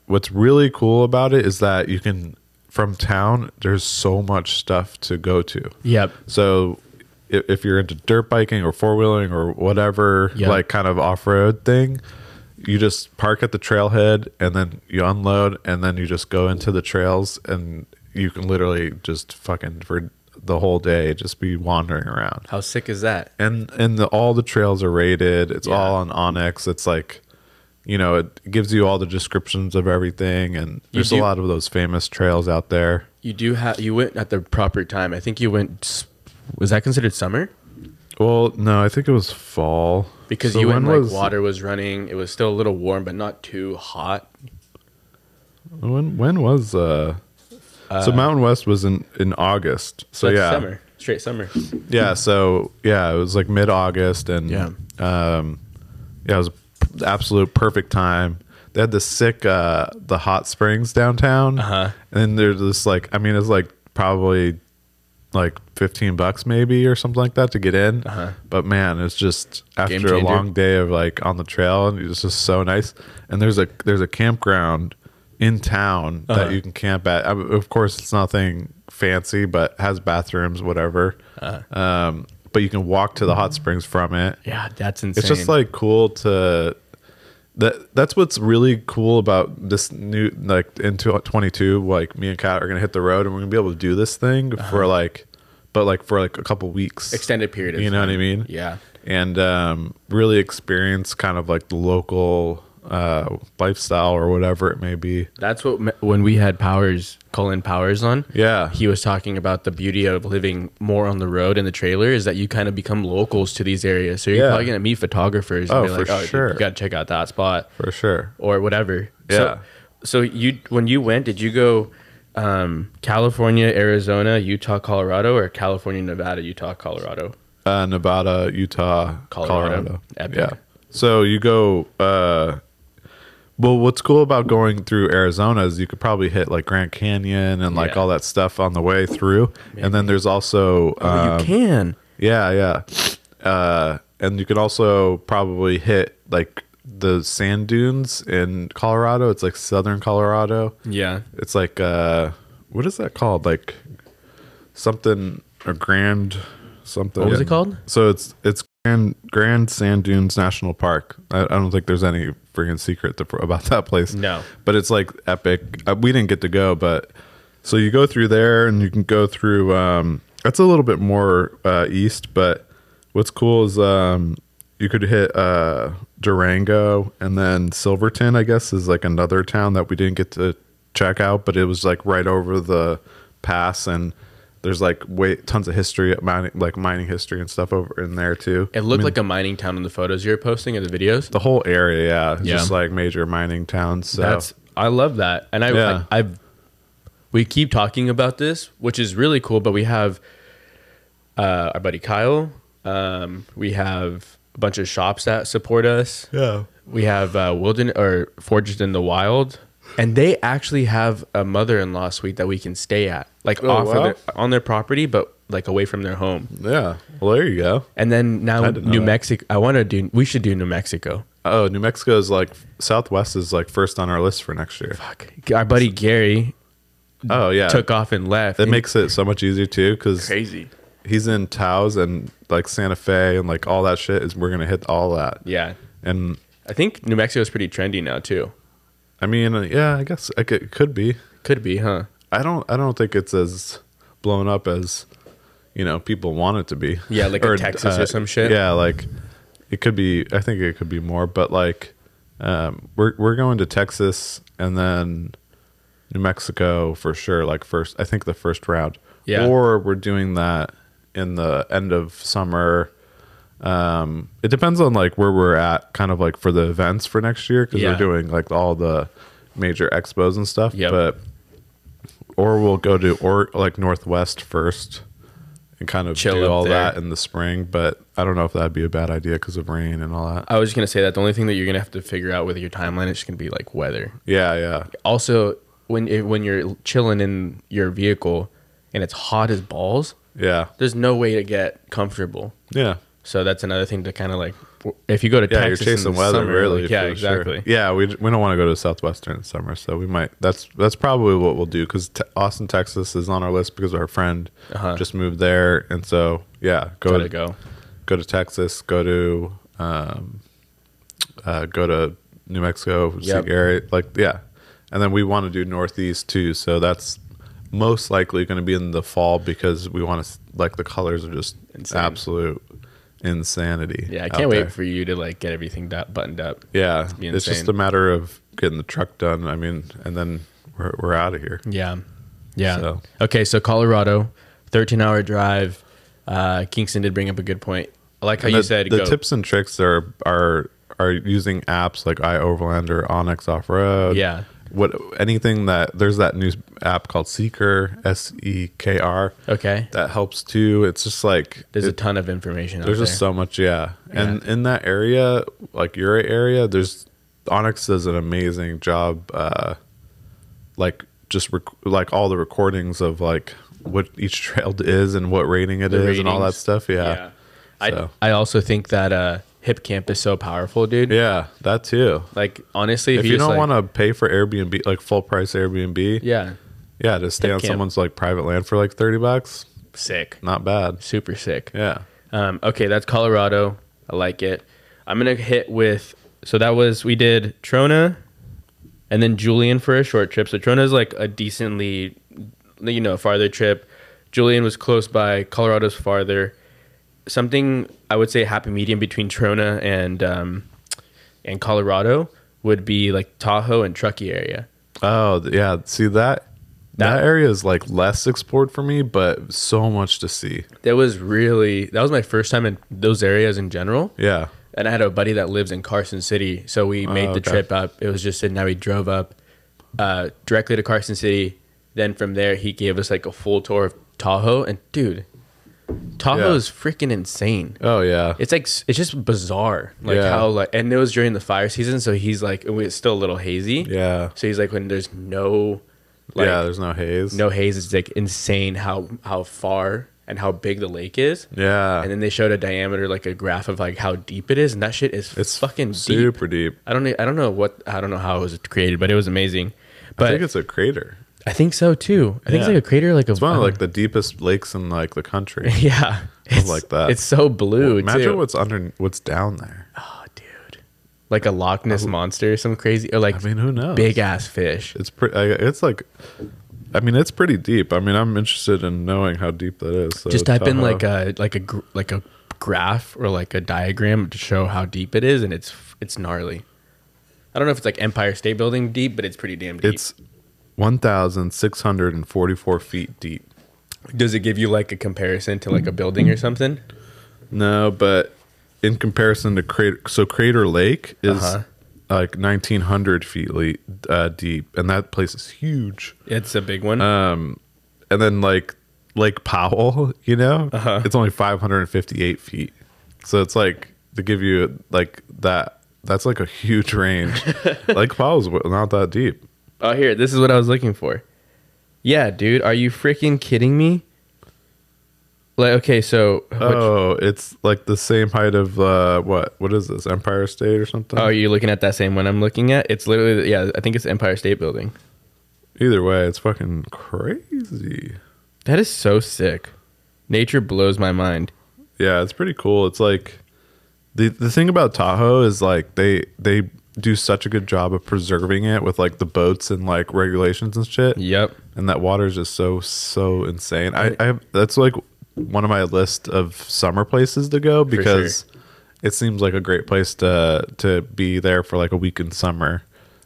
Speaker 2: What's really cool about it is that you can from town. There's so much stuff to go to.
Speaker 3: Yep.
Speaker 2: So if, if you're into dirt biking or four wheeling or whatever,
Speaker 3: Yeah.
Speaker 2: like kind of off road thing, you just park at the trailhead and then you unload and then you just go into the trails and you can literally just fucking for the whole day just be wandering around.
Speaker 3: How sick is that?
Speaker 2: And and the, all the trails are rated. It's
Speaker 3: Yeah.
Speaker 2: all on Onyx. It's like you know, it gives you all the descriptions of everything and
Speaker 3: You
Speaker 2: there's
Speaker 3: do-
Speaker 2: a lot of those famous trails out there.
Speaker 3: You do have you went at the proper time. I think you went. s- Was that considered summer?
Speaker 2: Well, no, I think it was fall.
Speaker 3: Because
Speaker 2: So
Speaker 3: you went
Speaker 2: when
Speaker 3: like
Speaker 2: was-
Speaker 3: water was running. It was still a little warm, but not too hot.
Speaker 2: When when was uh, so Mountain West was in in August. So
Speaker 3: That's
Speaker 2: yeah,
Speaker 3: summer, straight summer.
Speaker 2: yeah. So yeah, it was like mid August, and
Speaker 3: Yeah.
Speaker 2: um, yeah, it was the absolute perfect time. They had the sick uh the hot springs downtown,
Speaker 3: Uh-huh.
Speaker 2: and then there's this like I mean it's like probably like fifteen bucks maybe or something like that to get in.
Speaker 3: Uh-huh.
Speaker 2: But man, it's just
Speaker 3: Game
Speaker 2: after a
Speaker 3: changer.
Speaker 2: long day of like on the trail, and it's just so nice. And there's a there's a campground in town
Speaker 3: Uh-huh.
Speaker 2: that you can camp at. I mean, of course, it's nothing fancy, but has bathrooms, whatever.
Speaker 3: Uh-huh.
Speaker 2: Um, but you can walk to the hot
Speaker 3: Mm-hmm.
Speaker 2: springs from it.
Speaker 3: Yeah, that's insane.
Speaker 2: It's just like cool to that. That's what's really cool about this new like into 22. Like me and Kat are gonna hit the road, and we're gonna be able to do this thing for like, but like for like a couple weeks,
Speaker 3: Uh-huh. extended period. Of
Speaker 2: You know
Speaker 3: time.
Speaker 2: what I mean?
Speaker 3: Yeah.
Speaker 2: and um, really experience kind of like the local uh, lifestyle or whatever it may be.
Speaker 3: That's what me- when we had Powers, Colin Powers on.
Speaker 2: Yeah.
Speaker 3: he was talking about the beauty of living more on the road in the trailer is that you kind of become locals to these areas. So you're
Speaker 2: Yeah.
Speaker 3: probably gonna meet photographers. And
Speaker 2: Oh,
Speaker 3: be like,
Speaker 2: for
Speaker 3: oh, dude,
Speaker 2: sure.
Speaker 3: You gotta check out that spot
Speaker 2: For sure.
Speaker 3: or whatever.
Speaker 2: Yeah.
Speaker 3: So, so you when you went, did you go um, California, Arizona, Utah, Colorado, or California, Nevada, Utah, Colorado?
Speaker 2: Uh, Nevada, Utah,
Speaker 3: Colorado.
Speaker 2: Colorado.
Speaker 3: Epic.
Speaker 2: Yeah. So you go. Uh, well, what's cool about going through Arizona is you could probably hit like Grand Canyon and like
Speaker 3: Yeah.
Speaker 2: all that stuff on the way through, and then there's also um,
Speaker 3: you can.
Speaker 2: yeah, yeah, uh, and you can also probably hit like the sand dunes in Colorado. It's like southern Colorado.
Speaker 3: Yeah.
Speaker 2: It's like uh, what is that called? Like something a grand something.
Speaker 3: What was it called?
Speaker 2: So it's it's Grand Grand Sand Dunes National Park. I, I don't think there's any freaking secret to, about that place.
Speaker 3: No.
Speaker 2: but it's like epic. Uh, we didn't get to go, but so you go through there and you can go through. Um, that's a little bit more uh, east, but what's cool is um, you could hit uh, Durango and then Silverton. I guess is like another town that we didn't get to check out, but it was like right over the pass and. There's like way tons of history, mining, like mining history and stuff over in there too.
Speaker 3: It looked like a mining town in the photos you were posting or the videos.
Speaker 2: The whole area, yeah, is
Speaker 3: Yeah.
Speaker 2: just like major mining towns. So
Speaker 3: That's I love that, and I,
Speaker 2: Yeah.
Speaker 3: I I've we keep talking about this, which is really cool. But we have uh, our buddy Kyle. Um, we have a bunch of shops that support us.
Speaker 2: yeah,
Speaker 3: We have uh, Wilden or Forged in the Wild, and they actually have a mother-in-law suite that we can stay at, like
Speaker 2: Oh,
Speaker 3: off of
Speaker 2: wow.
Speaker 3: their, on their property, but like away from their home.
Speaker 2: yeah. Well, there you go.
Speaker 3: And then now
Speaker 2: didn't know
Speaker 3: New
Speaker 2: that.
Speaker 3: Mexico. I want to do. We should do New Mexico.
Speaker 2: Oh, New Mexico is like Southwest is like first on our list for next year.
Speaker 3: Fuck. Our buddy Gary
Speaker 2: Oh yeah,
Speaker 3: took off and left.
Speaker 2: that
Speaker 3: And-
Speaker 2: makes it so much easier too because
Speaker 3: crazy.
Speaker 2: he's in Taos and like Santa Fe and like all that shit is we're gonna hit all that.
Speaker 3: Yeah.
Speaker 2: And
Speaker 3: I think New Mexico is pretty trendy now too.
Speaker 2: I mean, uh, yeah, I guess it could, could be.
Speaker 3: Could be, huh?
Speaker 2: I don't. I don't think it's as blown up as you know people want it to be. uh,
Speaker 3: Yeah, like a Texas or some shit.
Speaker 2: Yeah, like it could be. I think it could be more, but like um, we're we're going to Texas and then New Mexico for sure. Like first, I think the first round.
Speaker 3: Yeah.
Speaker 2: Or we're doing that in the end of summer. Um, it depends on like where we're at, kind of like for the events for next year because
Speaker 3: Yeah.
Speaker 2: we're doing like all the major expos and stuff.
Speaker 3: Yep.
Speaker 2: But or we'll go to or like northwest first and kind of
Speaker 3: Chill
Speaker 2: do
Speaker 3: up
Speaker 2: all
Speaker 3: there.
Speaker 2: that in the spring. But I don't know if that'd be a bad idea because of rain and all that.
Speaker 3: I was just gonna say that the only thing that you're gonna have to figure out with your timeline is just gonna be like weather.
Speaker 2: Yeah, yeah,
Speaker 3: Also, when it, when you're chilling in your vehicle and it's hot as balls,
Speaker 2: yeah,
Speaker 3: there's no way to get comfortable.
Speaker 2: yeah.
Speaker 3: So that's another thing to kind of like, if you go to
Speaker 2: Yeah,
Speaker 3: Texas,
Speaker 2: you're
Speaker 3: in
Speaker 2: chasing
Speaker 3: the
Speaker 2: weather,
Speaker 3: summer,
Speaker 2: really.
Speaker 3: like, yeah,
Speaker 2: for sure.
Speaker 3: exactly.
Speaker 2: Yeah, we, we don't want to go to southwestern in summer, so we might. That's that's probably what we'll do because t- Austin, Texas, is on our list because our friend
Speaker 3: Uh-huh.
Speaker 2: just moved there, and so yeah, go
Speaker 3: Gotta
Speaker 2: to
Speaker 3: go.
Speaker 2: go to Texas, go to um, uh, go to New Mexico,
Speaker 3: Yep.
Speaker 2: see Gary, like yeah, and then we want to do Northeast too. So that's most likely going to be in the fall because we want to like the colors are just
Speaker 3: Insane.
Speaker 2: absolute insanity.
Speaker 3: Yeah, I
Speaker 2: out
Speaker 3: can't wait
Speaker 2: there.
Speaker 3: for you to like get everything dot- buttoned up.
Speaker 2: yeah,
Speaker 3: be
Speaker 2: it's just
Speaker 3: insane.
Speaker 2: a matter of getting the truck done. I mean, and then we're we're out of here.
Speaker 3: Yeah. Yeah.
Speaker 2: So-
Speaker 3: Okay, so Colorado, 13 hour drive. Uh, Kingston did bring up a good point. I like how
Speaker 2: And
Speaker 3: you
Speaker 2: the,
Speaker 3: said
Speaker 2: the
Speaker 3: go.
Speaker 2: tips and tricks are are are using apps like iOverland or Onyx Off Road.
Speaker 3: Yeah.
Speaker 2: What anything that there's that new app called Seeker S E K R
Speaker 3: Okay.
Speaker 2: that helps too. It's just like
Speaker 3: There's a
Speaker 2: it-
Speaker 3: ton of information out
Speaker 2: there's
Speaker 3: there.
Speaker 2: just so much, yeah. And in that area, like your area, there's Onyx does an amazing job, uh, like just rec- like all the recordings of like what each trail is and what rating it is
Speaker 3: The
Speaker 2: and all that
Speaker 3: ratings.
Speaker 2: stuff. Yeah.
Speaker 3: I,
Speaker 2: So.
Speaker 3: I also think that uh, Hip Camp is so powerful, dude.
Speaker 2: yeah, that too.
Speaker 3: Like, honestly, if,
Speaker 2: if you don't
Speaker 3: want
Speaker 2: want to pay for Airbnb, like full price Airbnb,
Speaker 3: Yeah.
Speaker 2: yeah, to stay
Speaker 3: Hip
Speaker 2: on
Speaker 3: camp.
Speaker 2: someone's like private land for like thirty bucks,
Speaker 3: Sick.
Speaker 2: not bad.
Speaker 3: Super sick.
Speaker 2: Yeah,
Speaker 3: Um, okay, that's Colorado. I like it. I'm gonna hit with so that was we did Trona, and then Julian for a short trip. So Trona is like a decently, you know, farther trip. Julian was close by. Colorado's farther. Something I would say happy medium between Trona and um, and Colorado would be like Tahoe and Truckee area.
Speaker 2: oh th- yeah. See that that,
Speaker 3: That-
Speaker 2: area is like less explored for me, but so much to see.
Speaker 3: That was really that was my first time in those areas in general.
Speaker 2: Yeah,
Speaker 3: and I had a buddy that lives in Carson City, so we made the
Speaker 2: Oh, okay.
Speaker 3: trip up. It was just and now we drove up uh, directly to Carson City. Then from there, he gave us like a full tour of Tahoe, and dude, Tahoe
Speaker 2: Yeah.
Speaker 3: is freaking insane.
Speaker 2: oh yeah,
Speaker 3: It's like s- it's just bizarre, like
Speaker 2: Yeah.
Speaker 3: how like, and it was during the fire season, so he's like it was still a little hazy.
Speaker 2: yeah,
Speaker 3: So he's like when there's no, like,
Speaker 2: yeah. There's no haze.
Speaker 3: no haze, it's like insane how how far and how big the lake is.
Speaker 2: Yeah,
Speaker 3: And then they showed a diameter, like a graph of like how deep it is, and that shit is
Speaker 2: it's
Speaker 3: fucking deep.
Speaker 2: super deep.
Speaker 3: I don't know, I don't know what I don't know how it was created, but it was amazing. But
Speaker 2: I think it's a crater.
Speaker 3: so too. I think it's
Speaker 2: Yeah.
Speaker 3: like a crater, like a
Speaker 2: It's one of like the deepest lakes in like the country.
Speaker 3: yeah, it's
Speaker 2: like that.
Speaker 3: It's so blue.
Speaker 2: Imagine
Speaker 3: too.
Speaker 2: what's under what's down there.
Speaker 3: oh, dude, like a Loch Ness monster, or some crazy or like
Speaker 2: Oh. I mean, who knows?
Speaker 3: big ass fish.
Speaker 2: It's pretty. It's like, I mean, it's pretty deep. I mean, I'm interested in knowing how deep that is. So
Speaker 3: Just type in
Speaker 2: Tahoe-
Speaker 3: like a like a gr- like a graph or like a diagram to show how deep it is, and it's it's gnarly. I don't know if it's like Empire State Building deep, but it's pretty damn deep.
Speaker 2: It's 1,644 feet deep.
Speaker 3: Does it give you like a comparison to like a building or something?
Speaker 2: No, but in comparison to crater, so Crater Lake is
Speaker 3: Uh-huh.
Speaker 2: like 1,900 feet le- uh, deep, and that place is huge.
Speaker 3: It's a big one.
Speaker 2: And then like Lake Powell, you know,
Speaker 3: Uh-huh.
Speaker 2: it's only 558 feet. So it's like to give you like that. That's like a huge range. Lake Powell's w- not that deep.
Speaker 3: oh, here, this is what I was looking for. Yeah, dude, are you freaking kidding me? Like, okay, so which- oh,
Speaker 2: Oh, it's like the same height of uh, what? What is this? Empire State or something?
Speaker 3: Oh, are you looking at that same one I'm looking at? It's literally yeah, I think it's Empire State Building.
Speaker 2: Either way, it's fucking crazy.
Speaker 3: That is so sick. Nature blows my mind.
Speaker 2: Yeah, it's pretty cool. It's like the the thing about Tahoe is like they they do such a good job of preserving it with like the boats and like regulations and shit.
Speaker 3: Yep.
Speaker 2: And that water is just so so insane. I, I that's like one of my list of summer places to go because it seems like a great place to to be there for like a week in summer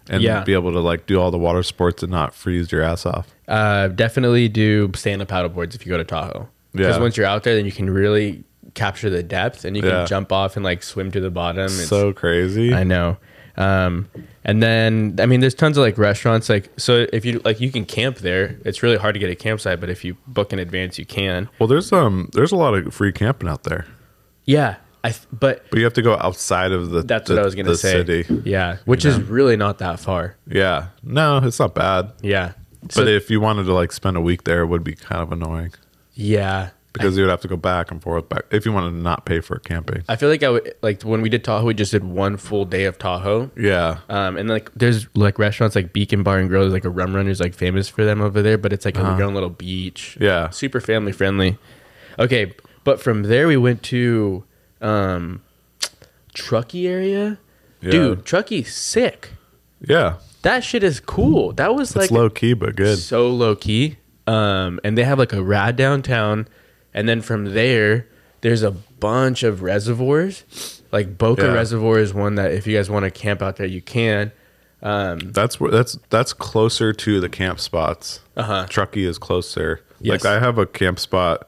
Speaker 2: and
Speaker 3: Yeah.
Speaker 2: be able to like do all the water sports and not freeze your ass off.
Speaker 3: Uh, definitely do stand up paddle boards if you go to Tahoe. Because
Speaker 2: Yeah.
Speaker 3: once you're out there, then you can really capture the depth and you can
Speaker 2: Yeah.
Speaker 3: jump off and like swim to the bottom. It's-
Speaker 2: so crazy.
Speaker 3: I know. Um, and then I mean, there's tons of like restaurants. Like so, if you like, you can camp there. It's really hard to get a campsite, but if you book in advance, you can.
Speaker 2: Well, there's um there's a lot of free camping out there,
Speaker 3: Yeah, I. th- But
Speaker 2: but you have to go outside of the.
Speaker 3: that's
Speaker 2: the-
Speaker 3: what I was gonna
Speaker 2: the
Speaker 3: say.
Speaker 2: City.
Speaker 3: Yeah, which is really not that far.
Speaker 2: Yeah, no, it's not bad.
Speaker 3: Yeah, so,
Speaker 2: But if you wanted to like spend a week there, it would be kind of annoying
Speaker 3: yeah,
Speaker 2: because you would have to go back and forth back if you wanted to not pay for camping.
Speaker 3: I feel like I would like when we did Tahoe, we just did one full day of Tahoe.
Speaker 2: Yeah,
Speaker 3: Um, and like there's like restaurants like Beacon Bar and Grill, there's like a rum runner who's like famous for them over there, but it's like on your own little beach.
Speaker 2: Uh-huh. Yeah.
Speaker 3: Super family friendly. Okay. But from there we went to um Truckee area.
Speaker 2: Yeah.
Speaker 3: Dude, Truckee sick.
Speaker 2: yeah,
Speaker 3: That shit is cool. That was
Speaker 2: it's
Speaker 3: like
Speaker 2: low key but good.
Speaker 3: so low key. Um, and they have like a rad downtown, and then from there, there's a bunch of reservoirs. Like Boca
Speaker 2: Yeah.
Speaker 3: Reservoir is one that if you guys want to camp out there, you can. Um,
Speaker 2: That's where that's that's closer to the camp spots.
Speaker 3: Uh-huh.
Speaker 2: Truckee is closer.
Speaker 3: Yes.
Speaker 2: Like I have a camp spot,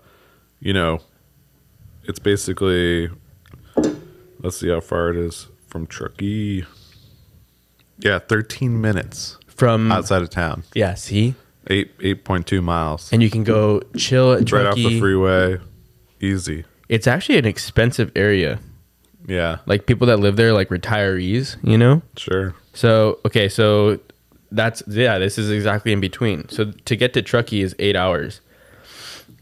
Speaker 2: you know, it's basically let's see how far it is from Truckee. Yeah, thirteen minutes
Speaker 3: from
Speaker 2: outside of town.
Speaker 3: yeah, see,
Speaker 2: Eight eight point two miles.
Speaker 3: and you can go chill at
Speaker 2: right off
Speaker 3: Truckee.
Speaker 2: the freeway. Easy.
Speaker 3: It's actually an expensive area.
Speaker 2: Yeah.
Speaker 3: Like people that live there, like retirees, you know.
Speaker 2: Sure.
Speaker 3: So okay, so that's yeah, this is exactly in between. So to get to Truckee is eight hours.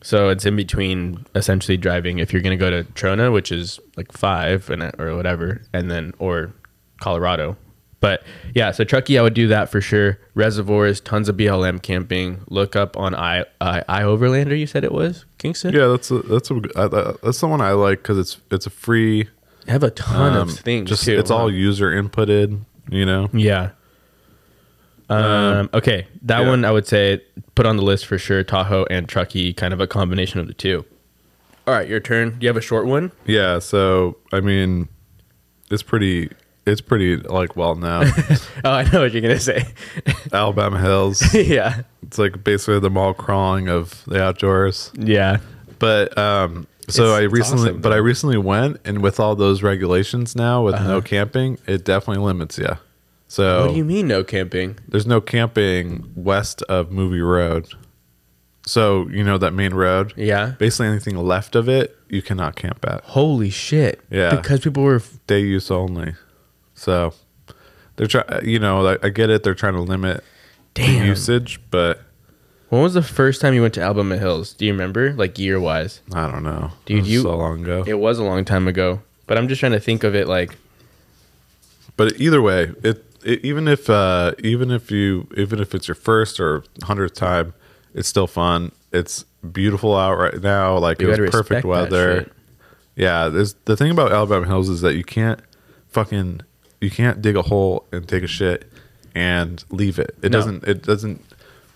Speaker 3: So it's in between essentially driving if you're gonna go to Trona, which is like five and or whatever, and then or Colorado. But yeah, so Truckee, I would do that for sure. Reservoirs, tons of BLM camping. Look up on I I, I Overlander. You said it was Kingston.
Speaker 2: Yeah, that's a, that's a, I- I- that's someone I like because it's it's a free.
Speaker 3: They have a ton
Speaker 2: Um,
Speaker 3: of things.
Speaker 2: just
Speaker 3: too. Hmm.
Speaker 2: it's all user inputted. You know.
Speaker 3: Yeah. Um, okay, that
Speaker 2: yeah.
Speaker 3: one I would say put on the list for sure. Tahoe and Truckee, kind of a combination of the two. All right, your turn. Do you have a short one?
Speaker 2: Yeah, so I mean, it's pretty. It's pretty like well known.
Speaker 3: Oh, I know what you're gonna say.
Speaker 2: Alabama Hills.
Speaker 3: yeah,
Speaker 2: It's like basically the mall crawling of the outdoors.
Speaker 3: yeah,
Speaker 2: But um, so
Speaker 3: It's-
Speaker 2: I
Speaker 3: it's
Speaker 2: recently,
Speaker 3: awesome,
Speaker 2: but I recently went, and with all those regulations now, with no camping, it definitely limits you. So
Speaker 3: Uh-huh. Oh, What do you mean no camping?
Speaker 2: there's no camping west of Movie Road. So you know that main road.
Speaker 3: Yeah.
Speaker 2: Basically, anything left of it, you cannot camp at.
Speaker 3: Holy shit!
Speaker 2: Yeah.
Speaker 3: because people were. f-
Speaker 2: day use only. So they're trying, you know, I, I get it. They're trying to limit
Speaker 3: Damn.
Speaker 2: usage, but
Speaker 3: When was the first time you went to Alabama Hills? Do you remember, like year wise?
Speaker 2: I don't know.
Speaker 3: Dude,
Speaker 2: It was
Speaker 3: you-
Speaker 2: so long ago.
Speaker 3: It was a long time ago, but I'm just trying to think of it. Like,
Speaker 2: but either way, it, it even if uh, even if you even if it's your first or hundredth time, it's still fun. It's beautiful out right now. Like
Speaker 3: you
Speaker 2: it
Speaker 3: gotta
Speaker 2: was perfect
Speaker 3: respect that
Speaker 2: weather.
Speaker 3: shit.
Speaker 2: Yeah, there's the thing about Alabama Hills is that you can't fucking you can't dig a hole and take a shit and leave it. It
Speaker 3: No.
Speaker 2: doesn't it doesn't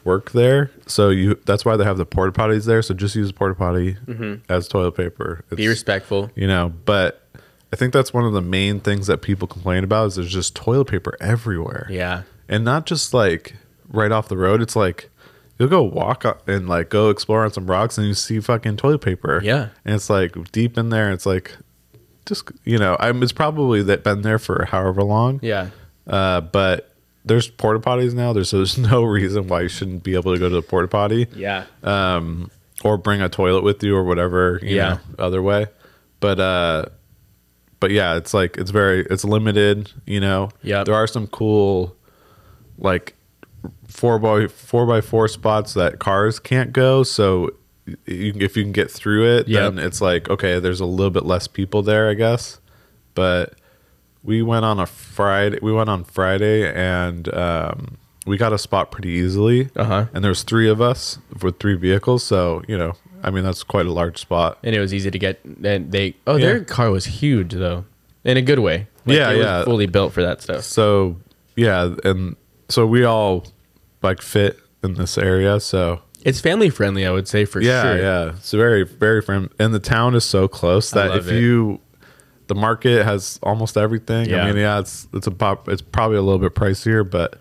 Speaker 2: work there. So you that's why they have the porta potties there. So just use a porta potty as toilet paper. It's,
Speaker 3: Mm-hmm. Be respectful.
Speaker 2: You know, but I think that's one of the main things that people complain about is there's just toilet paper everywhere.
Speaker 3: Yeah.
Speaker 2: And not just like right off the road. It's like you'll go walk up and like go explore on some rocks and you see fucking toilet paper.
Speaker 3: Yeah.
Speaker 2: And it's like deep in there. It's like just you know, I'm it's probably that been there for however long.
Speaker 3: Yeah.
Speaker 2: Uh, but there's porta potties now. There's there's no reason why you shouldn't be able to go to the porta potty
Speaker 3: Yeah.
Speaker 2: um, or bring a toilet with you or whatever, you
Speaker 3: Yeah.
Speaker 2: know, other way. But uh, but yeah, it's like it's very it's limited, you know.
Speaker 3: Yep.
Speaker 2: there are some cool like four by four by four spots that cars can't go. So y- you, if you can get through it,
Speaker 3: Yep.
Speaker 2: then it's like okay, there's a little bit less people there, I guess. But we went on a Friday. We went on Friday and um, we got a spot pretty easily.
Speaker 3: Uh-huh.
Speaker 2: And there's three of us with three vehicles, so you know, I mean, that's quite a large spot.
Speaker 3: and it was easy to get. And they, oh,
Speaker 2: Yeah.
Speaker 3: their car was huge though, in a good way.
Speaker 2: Yeah,
Speaker 3: it
Speaker 2: yeah.
Speaker 3: was fully built for that stuff.
Speaker 2: So yeah, and so we all like fit in this area. So
Speaker 3: It's family friendly, I would say for
Speaker 2: yeah,
Speaker 3: sure.
Speaker 2: yeah, it's very very friend. And the town is so close that
Speaker 3: love
Speaker 2: if
Speaker 3: it.
Speaker 2: you the market has almost everything.
Speaker 3: Yeah.
Speaker 2: I mean, yeah, it's it's a pop. It's probably a little bit pricier, but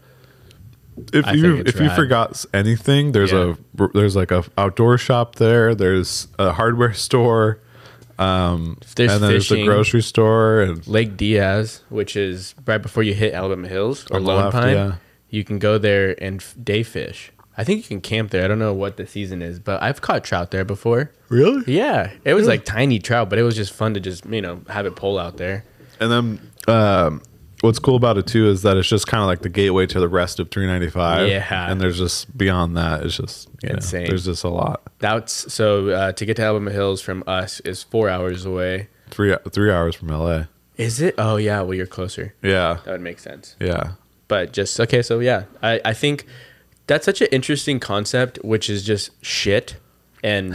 Speaker 2: if
Speaker 3: I
Speaker 2: you
Speaker 3: think it's
Speaker 2: if you
Speaker 3: rad.
Speaker 2: forgot s- anything, there's
Speaker 3: Yeah.
Speaker 2: a there's like a outdoor shop there. There's a hardware store. Um,
Speaker 3: If there's
Speaker 2: and then there's the
Speaker 3: fishing-
Speaker 2: grocery store and
Speaker 3: Lake Diaz, which is right before you hit Alabama Hills or
Speaker 2: On the
Speaker 3: Lone
Speaker 2: left,
Speaker 3: Pine.
Speaker 2: yeah.
Speaker 3: You can go there and f- day fish. I think you can camp there. I don't know what the season is, but I've caught trout there before.
Speaker 2: really
Speaker 3: Yeah, it was like tiny trout, but it was just fun to just you know have it pull out there.
Speaker 2: And then um, what's cool about it too is that it's just kind of like the gateway to the rest of 395.
Speaker 3: Yeah.
Speaker 2: And there's just beyond that, it's just you know,
Speaker 3: Insane.
Speaker 2: there's just a lot.
Speaker 3: That's so uh, to get to Alabama Hills from us is four hours away.
Speaker 2: Three three hours from LA.
Speaker 3: Is it? Oh yeah, well you're closer.
Speaker 2: Yeah.
Speaker 3: That would make sense.
Speaker 2: Yeah.
Speaker 3: But just okay, so yeah, I I think that's such an interesting concept, which is just shit and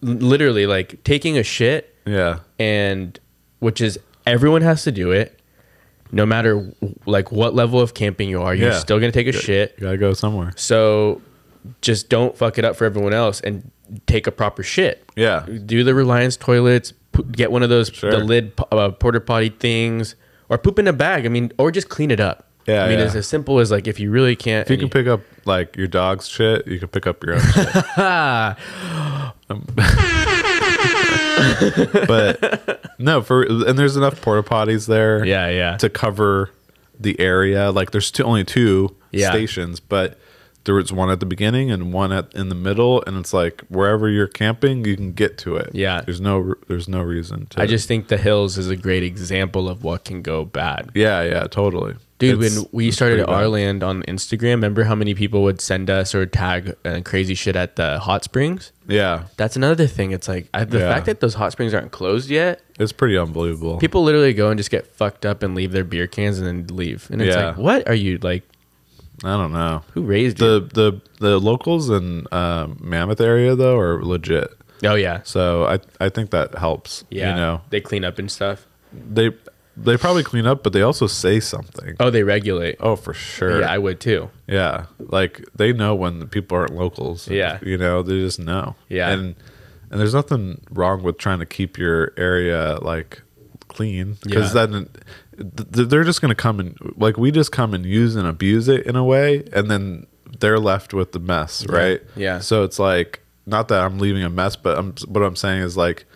Speaker 3: literally like taking a shit
Speaker 2: Yeah.
Speaker 3: and which is everyone has to do it, no matter like what level of camping you are, you're
Speaker 2: Yeah.
Speaker 3: still gonna take a shit.
Speaker 2: You gotta go somewhere.
Speaker 3: So just don't fuck it up for everyone else and take a proper shit.
Speaker 2: Yeah.
Speaker 3: Do the Reliance toilets, p- get one of those
Speaker 2: Sure.
Speaker 3: the lid po- uh, porta potty things or poop in a bag. I mean, or just clean it up.
Speaker 2: Yeah,
Speaker 3: I mean,
Speaker 2: yeah.
Speaker 3: it's as simple as like if you really can't
Speaker 2: If you
Speaker 3: and
Speaker 2: can pick up like your dog's shit, you can pick up your own shit. Um, but no, for and there's enough porta potties there.
Speaker 3: Yeah, yeah.
Speaker 2: to cover the area. Like there's two, only two
Speaker 3: Yeah.
Speaker 2: stations, but there was one at the beginning and one at in the middle, and it's like wherever you're camping, you can get to it.
Speaker 3: Yeah.
Speaker 2: there's no re- there's no reason to.
Speaker 3: I just think the hills is a great example of what can go bad.
Speaker 2: yeah yeah totally,
Speaker 3: Dude,
Speaker 2: It's-
Speaker 3: when we
Speaker 2: it's
Speaker 3: started
Speaker 2: pretty bad.
Speaker 3: our land on Instagram, remember how many people would send us or tag uh, crazy shit at the hot springs?
Speaker 2: yeah,
Speaker 3: That's another thing. It's like I, the
Speaker 2: Yeah.
Speaker 3: fact that those hot springs aren't closed yet
Speaker 2: it's pretty unbelievable.
Speaker 3: people literally go and just get fucked up and leave their beer cans and then leave. And it's
Speaker 2: Yeah.
Speaker 3: like, what are you like?
Speaker 2: I don't know.
Speaker 3: Who raised
Speaker 2: The
Speaker 3: you?
Speaker 2: the the locals in um, Mammoth area though are legit,
Speaker 3: Oh yeah,
Speaker 2: so I I think that helps.
Speaker 3: yeah.
Speaker 2: you know
Speaker 3: they clean up and stuff.
Speaker 2: they they probably clean up, but they also say something.
Speaker 3: Oh, they regulate.
Speaker 2: Oh, for sure.
Speaker 3: Yeah, I would too.
Speaker 2: Yeah, like they know when the people aren't locals.
Speaker 3: Yeah.
Speaker 2: you know they just know.
Speaker 3: Yeah.
Speaker 2: and and there's nothing wrong with trying to keep your area like clean because
Speaker 3: Yeah.
Speaker 2: then th- th- they're just gonna come and like we just come and use and abuse it in a way, and then they're left with the mess, right?
Speaker 3: Yeah.
Speaker 2: So it's like not that I'm leaving a mess, but I'm what I'm saying is like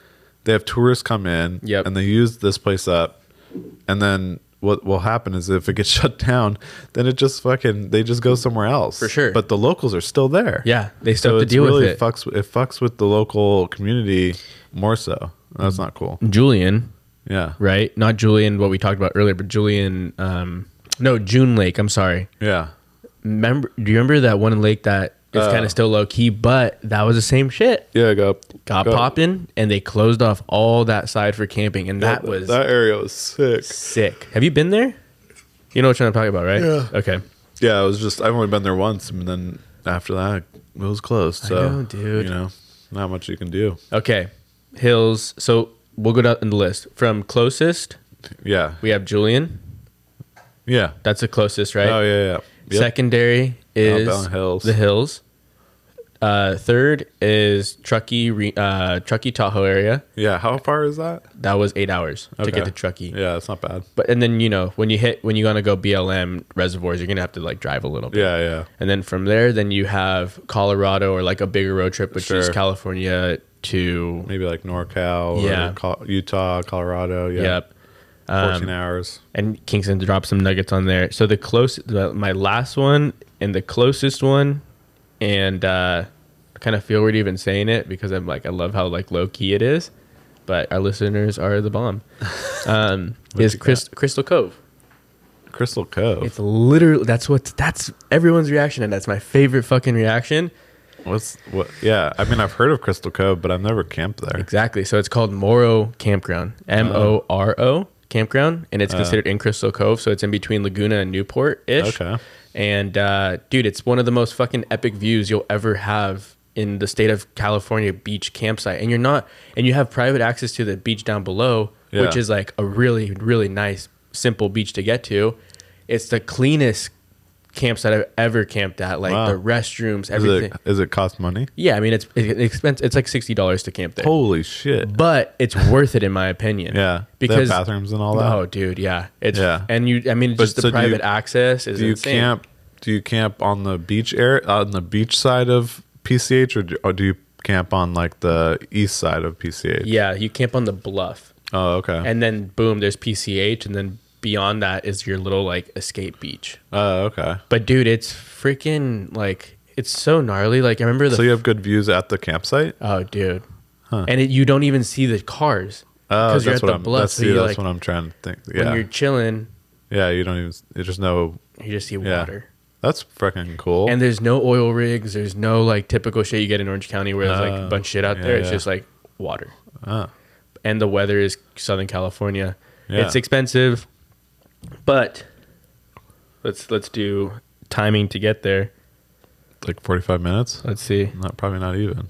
Speaker 2: they have tourists come in,
Speaker 3: Yep.
Speaker 2: and they use this place up, and then what will happen is if it gets shut down, then it just fucking they just go somewhere else
Speaker 3: For sure.
Speaker 2: But the locals are still there.
Speaker 3: Yeah, they still
Speaker 2: so
Speaker 3: have
Speaker 2: it
Speaker 3: to deal
Speaker 2: really
Speaker 3: with it.
Speaker 2: fucks it fucks with the local community more so. That's not cool.
Speaker 3: Julian,
Speaker 2: Yeah,
Speaker 3: right? Not Julian, what we talked about earlier, but Julian. Um, no, June Lake. I'm sorry.
Speaker 2: yeah,
Speaker 3: Remember? Do you remember that one lake that is
Speaker 2: Uh.
Speaker 3: kind of still low key, but that was the same shit.
Speaker 2: yeah. Go
Speaker 3: Got popping, and they closed off all that side for camping, and that was
Speaker 2: that area was sick.
Speaker 3: sick. Have you been there? You know what I'm talking about, right?
Speaker 2: Yeah.
Speaker 3: Okay.
Speaker 2: Yeah, it was just I've only been there once, and then after that it was closed. So
Speaker 3: know, dude.
Speaker 2: you know, not much you can do.
Speaker 3: Okay. Hills. So we'll go down in the list. From closest,
Speaker 2: Yeah,
Speaker 3: we have Julian.
Speaker 2: yeah.
Speaker 3: That's the closest, right?
Speaker 2: Oh yeah, yeah. Yep.
Speaker 3: Secondary is
Speaker 2: Alabama Hills.
Speaker 3: the Hills. Uh, third is Truckee, Re- uh, Truckee Tahoe area.
Speaker 2: Yeah, how far is that?
Speaker 3: That was eight hours to
Speaker 2: Okay.
Speaker 3: get to Truckee.
Speaker 2: Yeah, it's not bad.
Speaker 3: But and then you know when you hit when you want to go BLM reservoirs, you're gonna have to like drive a little bit.
Speaker 2: Yeah, yeah.
Speaker 3: And then from there, then you have Colorado or like a bigger road trip, which is
Speaker 2: Sure.
Speaker 3: California to.
Speaker 2: Maybe like NorCal,
Speaker 3: Yeah.
Speaker 2: or Col- Utah, Colorado. Yeah,
Speaker 3: Yep.
Speaker 2: 14 hours.
Speaker 3: And Kingston dropped some nuggets on there. So the close, the, my last one and the closest one, and uh, I kind of feel weird even saying it because I'm like, I love how like low key it is, but our listeners are the bomb. Um, is
Speaker 2: you got?
Speaker 3: Chris, Crystal Cove?
Speaker 2: Crystal Cove.
Speaker 3: It's literally that's what that's everyone's reaction, and that's my favorite fucking reaction.
Speaker 2: What's what? Yeah, I mean, I've heard of Crystal Cove, but I've never camped there.
Speaker 3: Exactly. So it's called Moro Campground. M O R
Speaker 2: Oh.
Speaker 3: O Campground, and it's considered in Crystal Cove, so it's in between Laguna and Newport ish.
Speaker 2: Okay.
Speaker 3: And uh, dude, it's one of the most fucking epic views you'll ever have in the state of California beach campsite, and you're not, and you have private access to the beach down below, which
Speaker 2: Yeah.
Speaker 3: is like a really really nice simple beach to get to. It's the cleanest campsite I've ever camped at. Like
Speaker 2: Wow.
Speaker 3: the restrooms,
Speaker 2: Is
Speaker 3: everything.
Speaker 2: it, is it cost money?
Speaker 3: yeah, I mean it's it's expense. It's like sixty dollars to camp there
Speaker 2: Holy shit.
Speaker 3: but it's worth it in my opinion.
Speaker 2: Yeah. They have
Speaker 3: because
Speaker 2: bathrooms and all that.
Speaker 3: Oh, dude, yeah, it's
Speaker 2: Yeah.
Speaker 3: and you. I mean, just the
Speaker 2: so do you-
Speaker 3: private access is
Speaker 2: do you
Speaker 3: insane.
Speaker 2: camp? Do you camp on the beach air on the beach side of PCH, or do, or do you camp on like the east side of PCH.
Speaker 3: Yeah, you camp on the bluff,
Speaker 2: Oh, okay.
Speaker 3: and then boom, there's PCH, and then beyond that is your little like escape beach.
Speaker 2: oh, okay.
Speaker 3: But dude, it's freaking like it's so gnarly. Like I remember the
Speaker 2: So you have good views at the campsite.
Speaker 3: oh dude, and it, you don't even see the cars
Speaker 2: Oh, that's what I'm.
Speaker 3: bluff.
Speaker 2: That's,
Speaker 3: so
Speaker 2: see,
Speaker 3: you
Speaker 2: that's
Speaker 3: like
Speaker 2: what I'm trying to think.
Speaker 3: when
Speaker 2: Yeah,
Speaker 3: you're chilling,
Speaker 2: yeah. You don't even. You just know.
Speaker 3: you just see
Speaker 2: Yeah.
Speaker 3: water.
Speaker 2: That's freaking cool.
Speaker 3: And there's no oil rigs. There's no like typical shit you get in Orange County where there's like a
Speaker 2: Oh,
Speaker 3: bunch of shit out
Speaker 2: yeah,
Speaker 3: there. It's
Speaker 2: yeah.
Speaker 3: just like water.
Speaker 2: Ah.
Speaker 3: And the weather is Southern California.
Speaker 2: Yeah.
Speaker 3: It's expensive, but let's let's do timing to get there.
Speaker 2: like 45 minutes.
Speaker 3: Let's see.
Speaker 2: Not probably not even.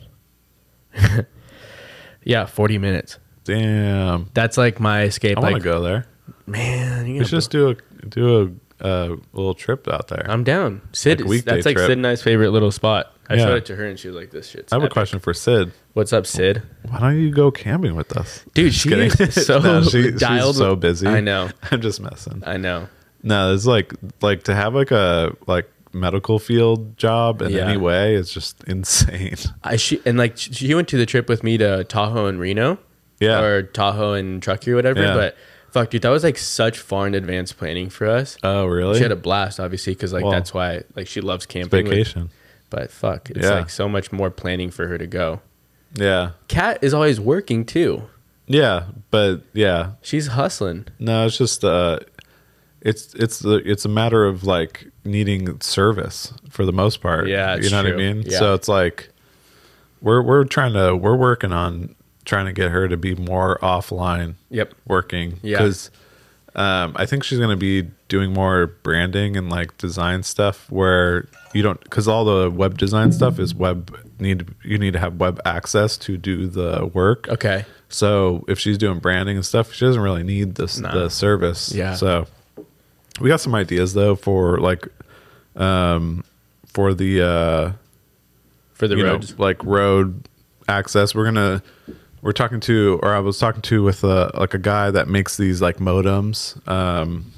Speaker 3: Yeah, 40 minutes.
Speaker 2: Damn.
Speaker 3: That's like my escape.
Speaker 2: I want to
Speaker 3: like,
Speaker 2: go there.
Speaker 3: man, you
Speaker 2: We should just do a do a uh, little trip out there. i
Speaker 3: I'm down. Sid,
Speaker 2: Like
Speaker 3: is-
Speaker 2: weekday
Speaker 3: that's like
Speaker 2: trip.
Speaker 3: Sid and I's favorite little spot. I
Speaker 2: Yeah.
Speaker 3: showed it to her and she was like, "This shit's."
Speaker 2: have a
Speaker 3: epic.
Speaker 2: question for Sid.
Speaker 3: What's up, Sid?
Speaker 2: Why don't you go camping with us?
Speaker 3: Dude,
Speaker 2: Just
Speaker 3: she
Speaker 2: kidding.
Speaker 3: is so
Speaker 2: No, she-
Speaker 3: dialed.
Speaker 2: She's so
Speaker 3: with-
Speaker 2: busy.
Speaker 3: I know.
Speaker 2: I'm just messing.
Speaker 3: I know.
Speaker 2: No, it's like like to have like a like medical field job in
Speaker 3: Yeah.
Speaker 2: any way is just insane.
Speaker 3: I she and like sh- she went to the trip with me to Tahoe and Reno,
Speaker 2: Yeah.
Speaker 3: or Tahoe and Truckee or whatever.
Speaker 2: Yeah.
Speaker 3: But fuck, dude, that was like such far in advance planning for us.
Speaker 2: Oh, really?
Speaker 3: She had a blast, obviously, because like
Speaker 2: Well,
Speaker 3: that's why like she loves camping. with-
Speaker 2: vacation.
Speaker 3: but fuck, it's
Speaker 2: Yeah.
Speaker 3: like so much more planning for her to go.
Speaker 2: Yeah.
Speaker 3: Kat is always working too.
Speaker 2: Yeah, but yeah,
Speaker 3: She's hustling.
Speaker 2: No, it's just uh, it's it's the it's a matter of like needing service for the most part.
Speaker 3: Yeah, it's
Speaker 2: you know what I
Speaker 3: true.
Speaker 2: mean.
Speaker 3: Yeah.
Speaker 2: So it's like we're we're trying to we're working on trying to get her to be more offline.
Speaker 3: Yep.
Speaker 2: working.
Speaker 3: Yeah.
Speaker 2: because um, I think she's gonna be doing more branding and like design stuff where you don't because all the web design stuff is web need you need to have web access to do the work.
Speaker 3: Okay.
Speaker 2: So if she's doing branding and stuff, she doesn't really need this
Speaker 3: Nah.
Speaker 2: the service.
Speaker 3: Yeah.
Speaker 2: So we got some ideas though for like um for the uh
Speaker 3: For the
Speaker 2: you know,
Speaker 3: roads.
Speaker 2: like road access. We're gonna we're talking to or I was talking to with a like a guy that makes these like modems. Um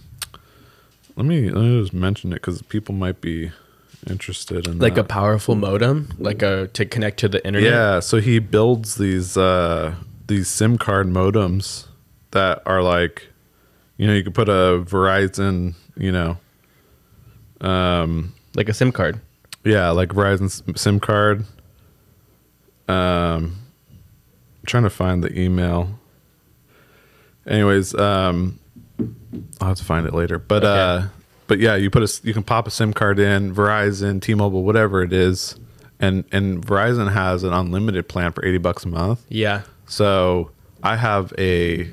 Speaker 2: let me let me just mention it because people might be interested in
Speaker 3: like
Speaker 2: that.
Speaker 3: a powerful modem, like a to connect to the internet.
Speaker 2: Yeah, so he builds these uh these SIM card modems that are like you know, you could put a Verizon, you know,
Speaker 3: like a SIM card.
Speaker 2: yeah, like Verizon s- SIM card. Um I'm trying to find the email. Anyways, um I'll have to find it later. But
Speaker 3: Okay.
Speaker 2: uh but yeah, you put a s- you can pop a SIM card in, Verizon, T-Mobile, whatever it is. And and Verizon has an unlimited plan for 80 bucks a month.
Speaker 3: Yeah,
Speaker 2: So I have a,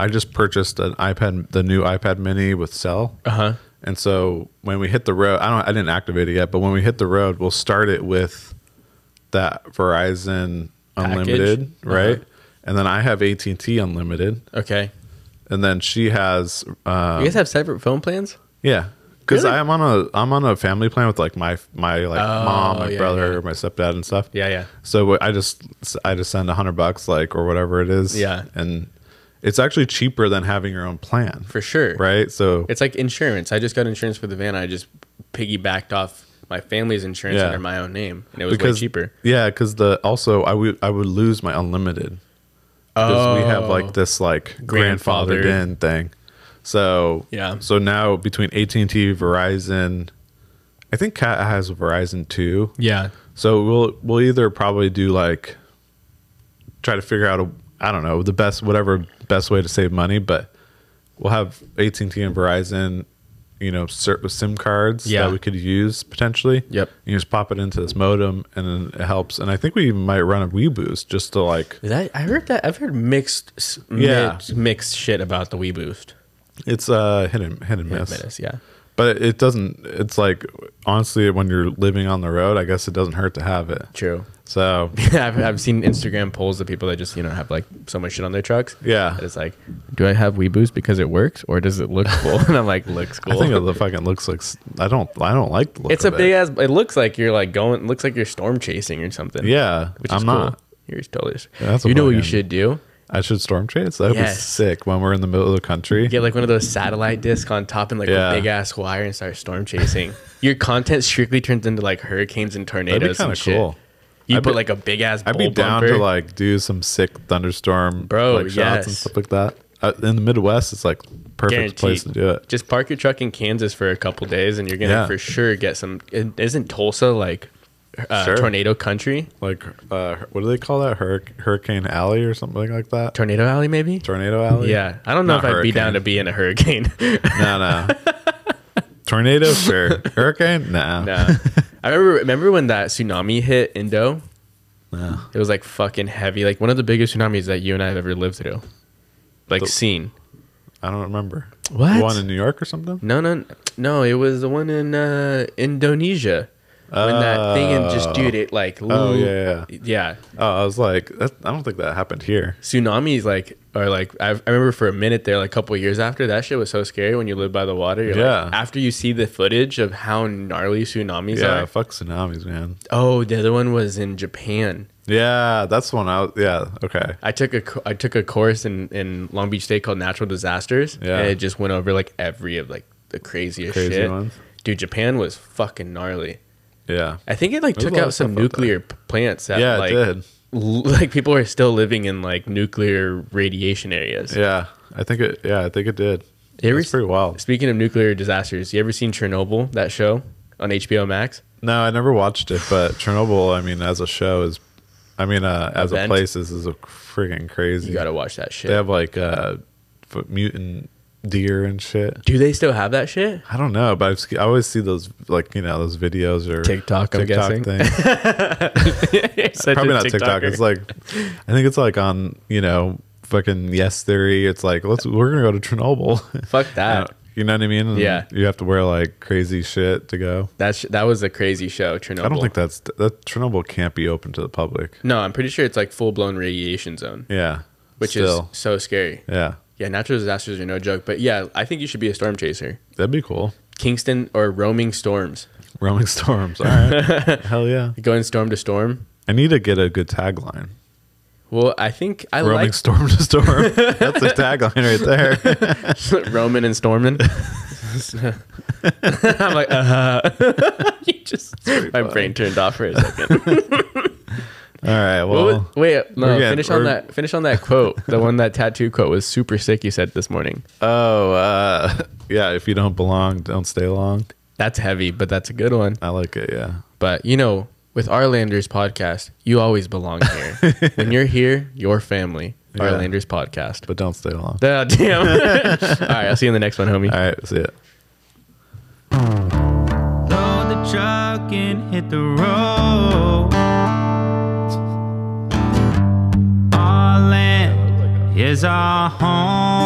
Speaker 2: I just purchased an iPad, the new iPad Mini with Cell.
Speaker 3: uh huh.
Speaker 2: And so when we hit the road, I don't, I didn't activate it yet, but when we hit the road, we'll start it with that Verizon
Speaker 3: Package?
Speaker 2: Unlimited, right?
Speaker 3: Uh-huh.
Speaker 2: And then I have AT and T Unlimited,
Speaker 3: Okay.
Speaker 2: and then she has, uh,
Speaker 3: you guys have separate phone plans?
Speaker 2: yeah. Because
Speaker 3: Really?
Speaker 2: I'm on a I'm on a family plan with like my my like
Speaker 3: Oh,
Speaker 2: mom, my
Speaker 3: yeah,
Speaker 2: brother,
Speaker 3: yeah.
Speaker 2: my stepdad, and stuff.
Speaker 3: Yeah, yeah.
Speaker 2: So I just I just send a hundred bucks, like or whatever it is.
Speaker 3: Yeah.
Speaker 2: and it's actually cheaper than having your own plan,
Speaker 3: For sure.
Speaker 2: right? So
Speaker 3: It's like insurance. I just got insurance for the van. I just piggybacked off my family's insurance
Speaker 2: Yeah.
Speaker 3: under my own name, and it was way cheaper.
Speaker 2: Yeah, because the also I would I would lose my unlimited because we
Speaker 3: Oh.
Speaker 2: have like this like grandfathered
Speaker 3: Grandfathered.
Speaker 2: in thing. So
Speaker 3: Yeah.
Speaker 2: so now between AT and T, Verizon, I think Kat has Verizon too.
Speaker 3: Yeah.
Speaker 2: So we'll we'll either probably do like try to figure out a I don't know the best whatever best way to save money, but we'll have AT and T and Verizon, you know, cert with SIM cards
Speaker 3: Yeah.
Speaker 2: that we could use potentially.
Speaker 3: Yep.
Speaker 2: You just pop it into this modem, and then it helps. And I think we might run a Weeboost just to like
Speaker 3: Is that I heard that I've heard mixed s-
Speaker 2: Yeah.
Speaker 3: mixed, mixed shit about the Wii Boost.
Speaker 2: it's uh hit and hit and miss,
Speaker 3: Menace, yeah.
Speaker 2: but it doesn't. It's like honestly, when you're living on the road, I guess it doesn't hurt to have it.
Speaker 3: True.
Speaker 2: So
Speaker 3: I've, I've seen Instagram polls of people that just you know have like so much shit on their trucks.
Speaker 2: Yeah.
Speaker 3: that it's like, do I have Weeboos because it works or does it look cool? and I'm like, looks
Speaker 2: I
Speaker 3: cool.
Speaker 2: think it the fucking looks like s- I don't I don't like the look
Speaker 3: it's a
Speaker 2: of it.
Speaker 3: big ass. It looks like you're like going. Looks like you're storm chasing or something.
Speaker 2: Yeah,
Speaker 3: which
Speaker 2: I'm
Speaker 3: is
Speaker 2: not.
Speaker 3: cool. You're totally.
Speaker 2: That's a
Speaker 3: you know what you
Speaker 2: fucking-
Speaker 3: should do?
Speaker 2: I should storm chase. That would
Speaker 3: Yes.
Speaker 2: be sick when we're in the middle of the country.
Speaker 3: Get like one of those satellite discs on top and like
Speaker 2: Yeah.
Speaker 3: a big ass wire and start storm chasing. Your content strictly turns into like hurricanes and
Speaker 2: That'd be
Speaker 3: tornadoes
Speaker 2: kind
Speaker 3: and
Speaker 2: of
Speaker 3: shit.
Speaker 2: cool.
Speaker 3: You
Speaker 2: I'd
Speaker 3: put
Speaker 2: be-
Speaker 3: like a big ass.
Speaker 2: I'd be
Speaker 3: bull
Speaker 2: down
Speaker 3: bumper.
Speaker 2: to like do some sick thunderstorm
Speaker 3: Bro,
Speaker 2: like shots and
Speaker 3: yes.
Speaker 2: stuff like that. Uh, in the Midwest, it's like perfect place to
Speaker 3: Guaranteed.
Speaker 2: do it.
Speaker 3: Just park your truck in Kansas for a couple days, and you're gonna
Speaker 2: Yeah.
Speaker 3: for sure get some. and Isn't Tulsa like uh,
Speaker 2: Sure.
Speaker 3: tornado country?
Speaker 2: Like uh, what do they call that? Hurric- Hurricane Alley or something like that?
Speaker 3: Tornado Alley, maybe.
Speaker 2: Tornado Alley?
Speaker 3: Yeah, I don't know
Speaker 2: Not
Speaker 3: if I'd be down to
Speaker 2: hurricane.
Speaker 3: be in a hurricane.
Speaker 2: No, no. Tornado, sure. Hurricane, nah.
Speaker 3: no, I remember remember when that tsunami hit Indo.
Speaker 2: No.
Speaker 3: It was like fucking heavy, like one of the biggest tsunamis that you and I have ever lived through, like seen.
Speaker 2: I don't remember.
Speaker 3: What?
Speaker 2: The one in New York or something?
Speaker 3: No, no, no. It was the one in uh, Indonesia when that thing and just dude, it like
Speaker 2: Oh
Speaker 3: loo-
Speaker 2: yeah, yeah.
Speaker 3: yeah.
Speaker 2: Oh, I was like, that, I don't think that happened here.
Speaker 3: Tsunamis like are like i I remember for a minute there, like a couple years after that shit was so scary when you live by the water. You're
Speaker 2: Yeah.
Speaker 3: Like, after you see the footage of how gnarly tsunamis
Speaker 2: Yeah,
Speaker 3: are.
Speaker 2: fuck tsunamis, man.
Speaker 3: Oh, the other one was in Japan.
Speaker 2: Yeah, that's one. I was, yeah, okay.
Speaker 3: I took a co- I took a course in in Long Beach State called Natural Disasters,
Speaker 2: Yeah.
Speaker 3: and it just went over like every of like the craziest
Speaker 2: Crazy
Speaker 3: shit.
Speaker 2: ones.
Speaker 3: Dude, Japan was fucking gnarly.
Speaker 2: Yeah,
Speaker 3: I think it like
Speaker 2: There's a
Speaker 3: took
Speaker 2: lot
Speaker 3: out
Speaker 2: of
Speaker 3: some
Speaker 2: stuff out
Speaker 3: nuclear p- plants. That,
Speaker 2: yeah,
Speaker 3: like,
Speaker 2: it did.
Speaker 3: l- like people are still living in like nuclear radiation areas.
Speaker 2: Yeah, I think it. Yeah, I think it did.
Speaker 3: You ever
Speaker 2: It's pretty wild.
Speaker 3: Speaking of nuclear disasters, you ever seen Chernobyl? That show on HBO Max.
Speaker 2: No, I never watched it, but Chernobyl. I mean, as a show is, I mean, uh, as a
Speaker 3: Event?
Speaker 2: place, this is a freaking crazy.
Speaker 3: You gotta watch that shit.
Speaker 2: they have like uh, f- mutant deer and shit.
Speaker 3: Do they still have that shit?
Speaker 2: I don't know, but I've, sk- I always see those like you know those videos or
Speaker 3: TikTok, I'm guessing.
Speaker 2: thing. Probably not TikTok. It's like I think it's like on you know fucking Yes Theory. It's like let's we're gonna go to Chernobyl.
Speaker 3: fuck that.
Speaker 2: you know what I mean? And
Speaker 3: Yeah.
Speaker 2: You have to wear like crazy shit to go.
Speaker 3: That's that was a crazy show. Chernobyl.
Speaker 2: I don't think that's that Chernobyl can't be open to the public.
Speaker 3: No, I'm pretty sure it's like full blown radiation zone,
Speaker 2: Yeah.
Speaker 3: which
Speaker 2: Still.
Speaker 3: is so scary.
Speaker 2: yeah,
Speaker 3: Yeah, natural disasters are no joke. But yeah, I think you should be a storm chaser.
Speaker 2: that'd be cool.
Speaker 3: Kingston or roaming storms.
Speaker 2: Roaming storms. All right. Hell yeah.
Speaker 3: Going storm to storm.
Speaker 2: I need to get a good tagline.
Speaker 3: Well, I think I
Speaker 2: Roaming
Speaker 3: like
Speaker 2: storm to storm. That's a tagline right there.
Speaker 3: Roman and Stormin. I'm like, uh you just my brain turned off for a second.
Speaker 2: All right. Well,
Speaker 3: What was- wait, no,
Speaker 2: we're getting-
Speaker 3: finish on
Speaker 2: we're-
Speaker 3: that. Finish on that quote. the one that tattoo quote was super sick. You said this morning.
Speaker 2: oh, uh, yeah. If you don't belong, don't stay long.
Speaker 3: That's heavy, but that's a good one.
Speaker 2: I like it. Yeah.
Speaker 3: But you know, with our Landers podcast, you always belong here. when you're here, your family. Our
Speaker 2: Yeah.
Speaker 3: Landers podcast.
Speaker 2: But don't stay long.
Speaker 3: Ah, damn. All right, I'll see you in the next one, homie.
Speaker 2: All right. See it.
Speaker 1: Load the truck and hit the road. Our land is our home.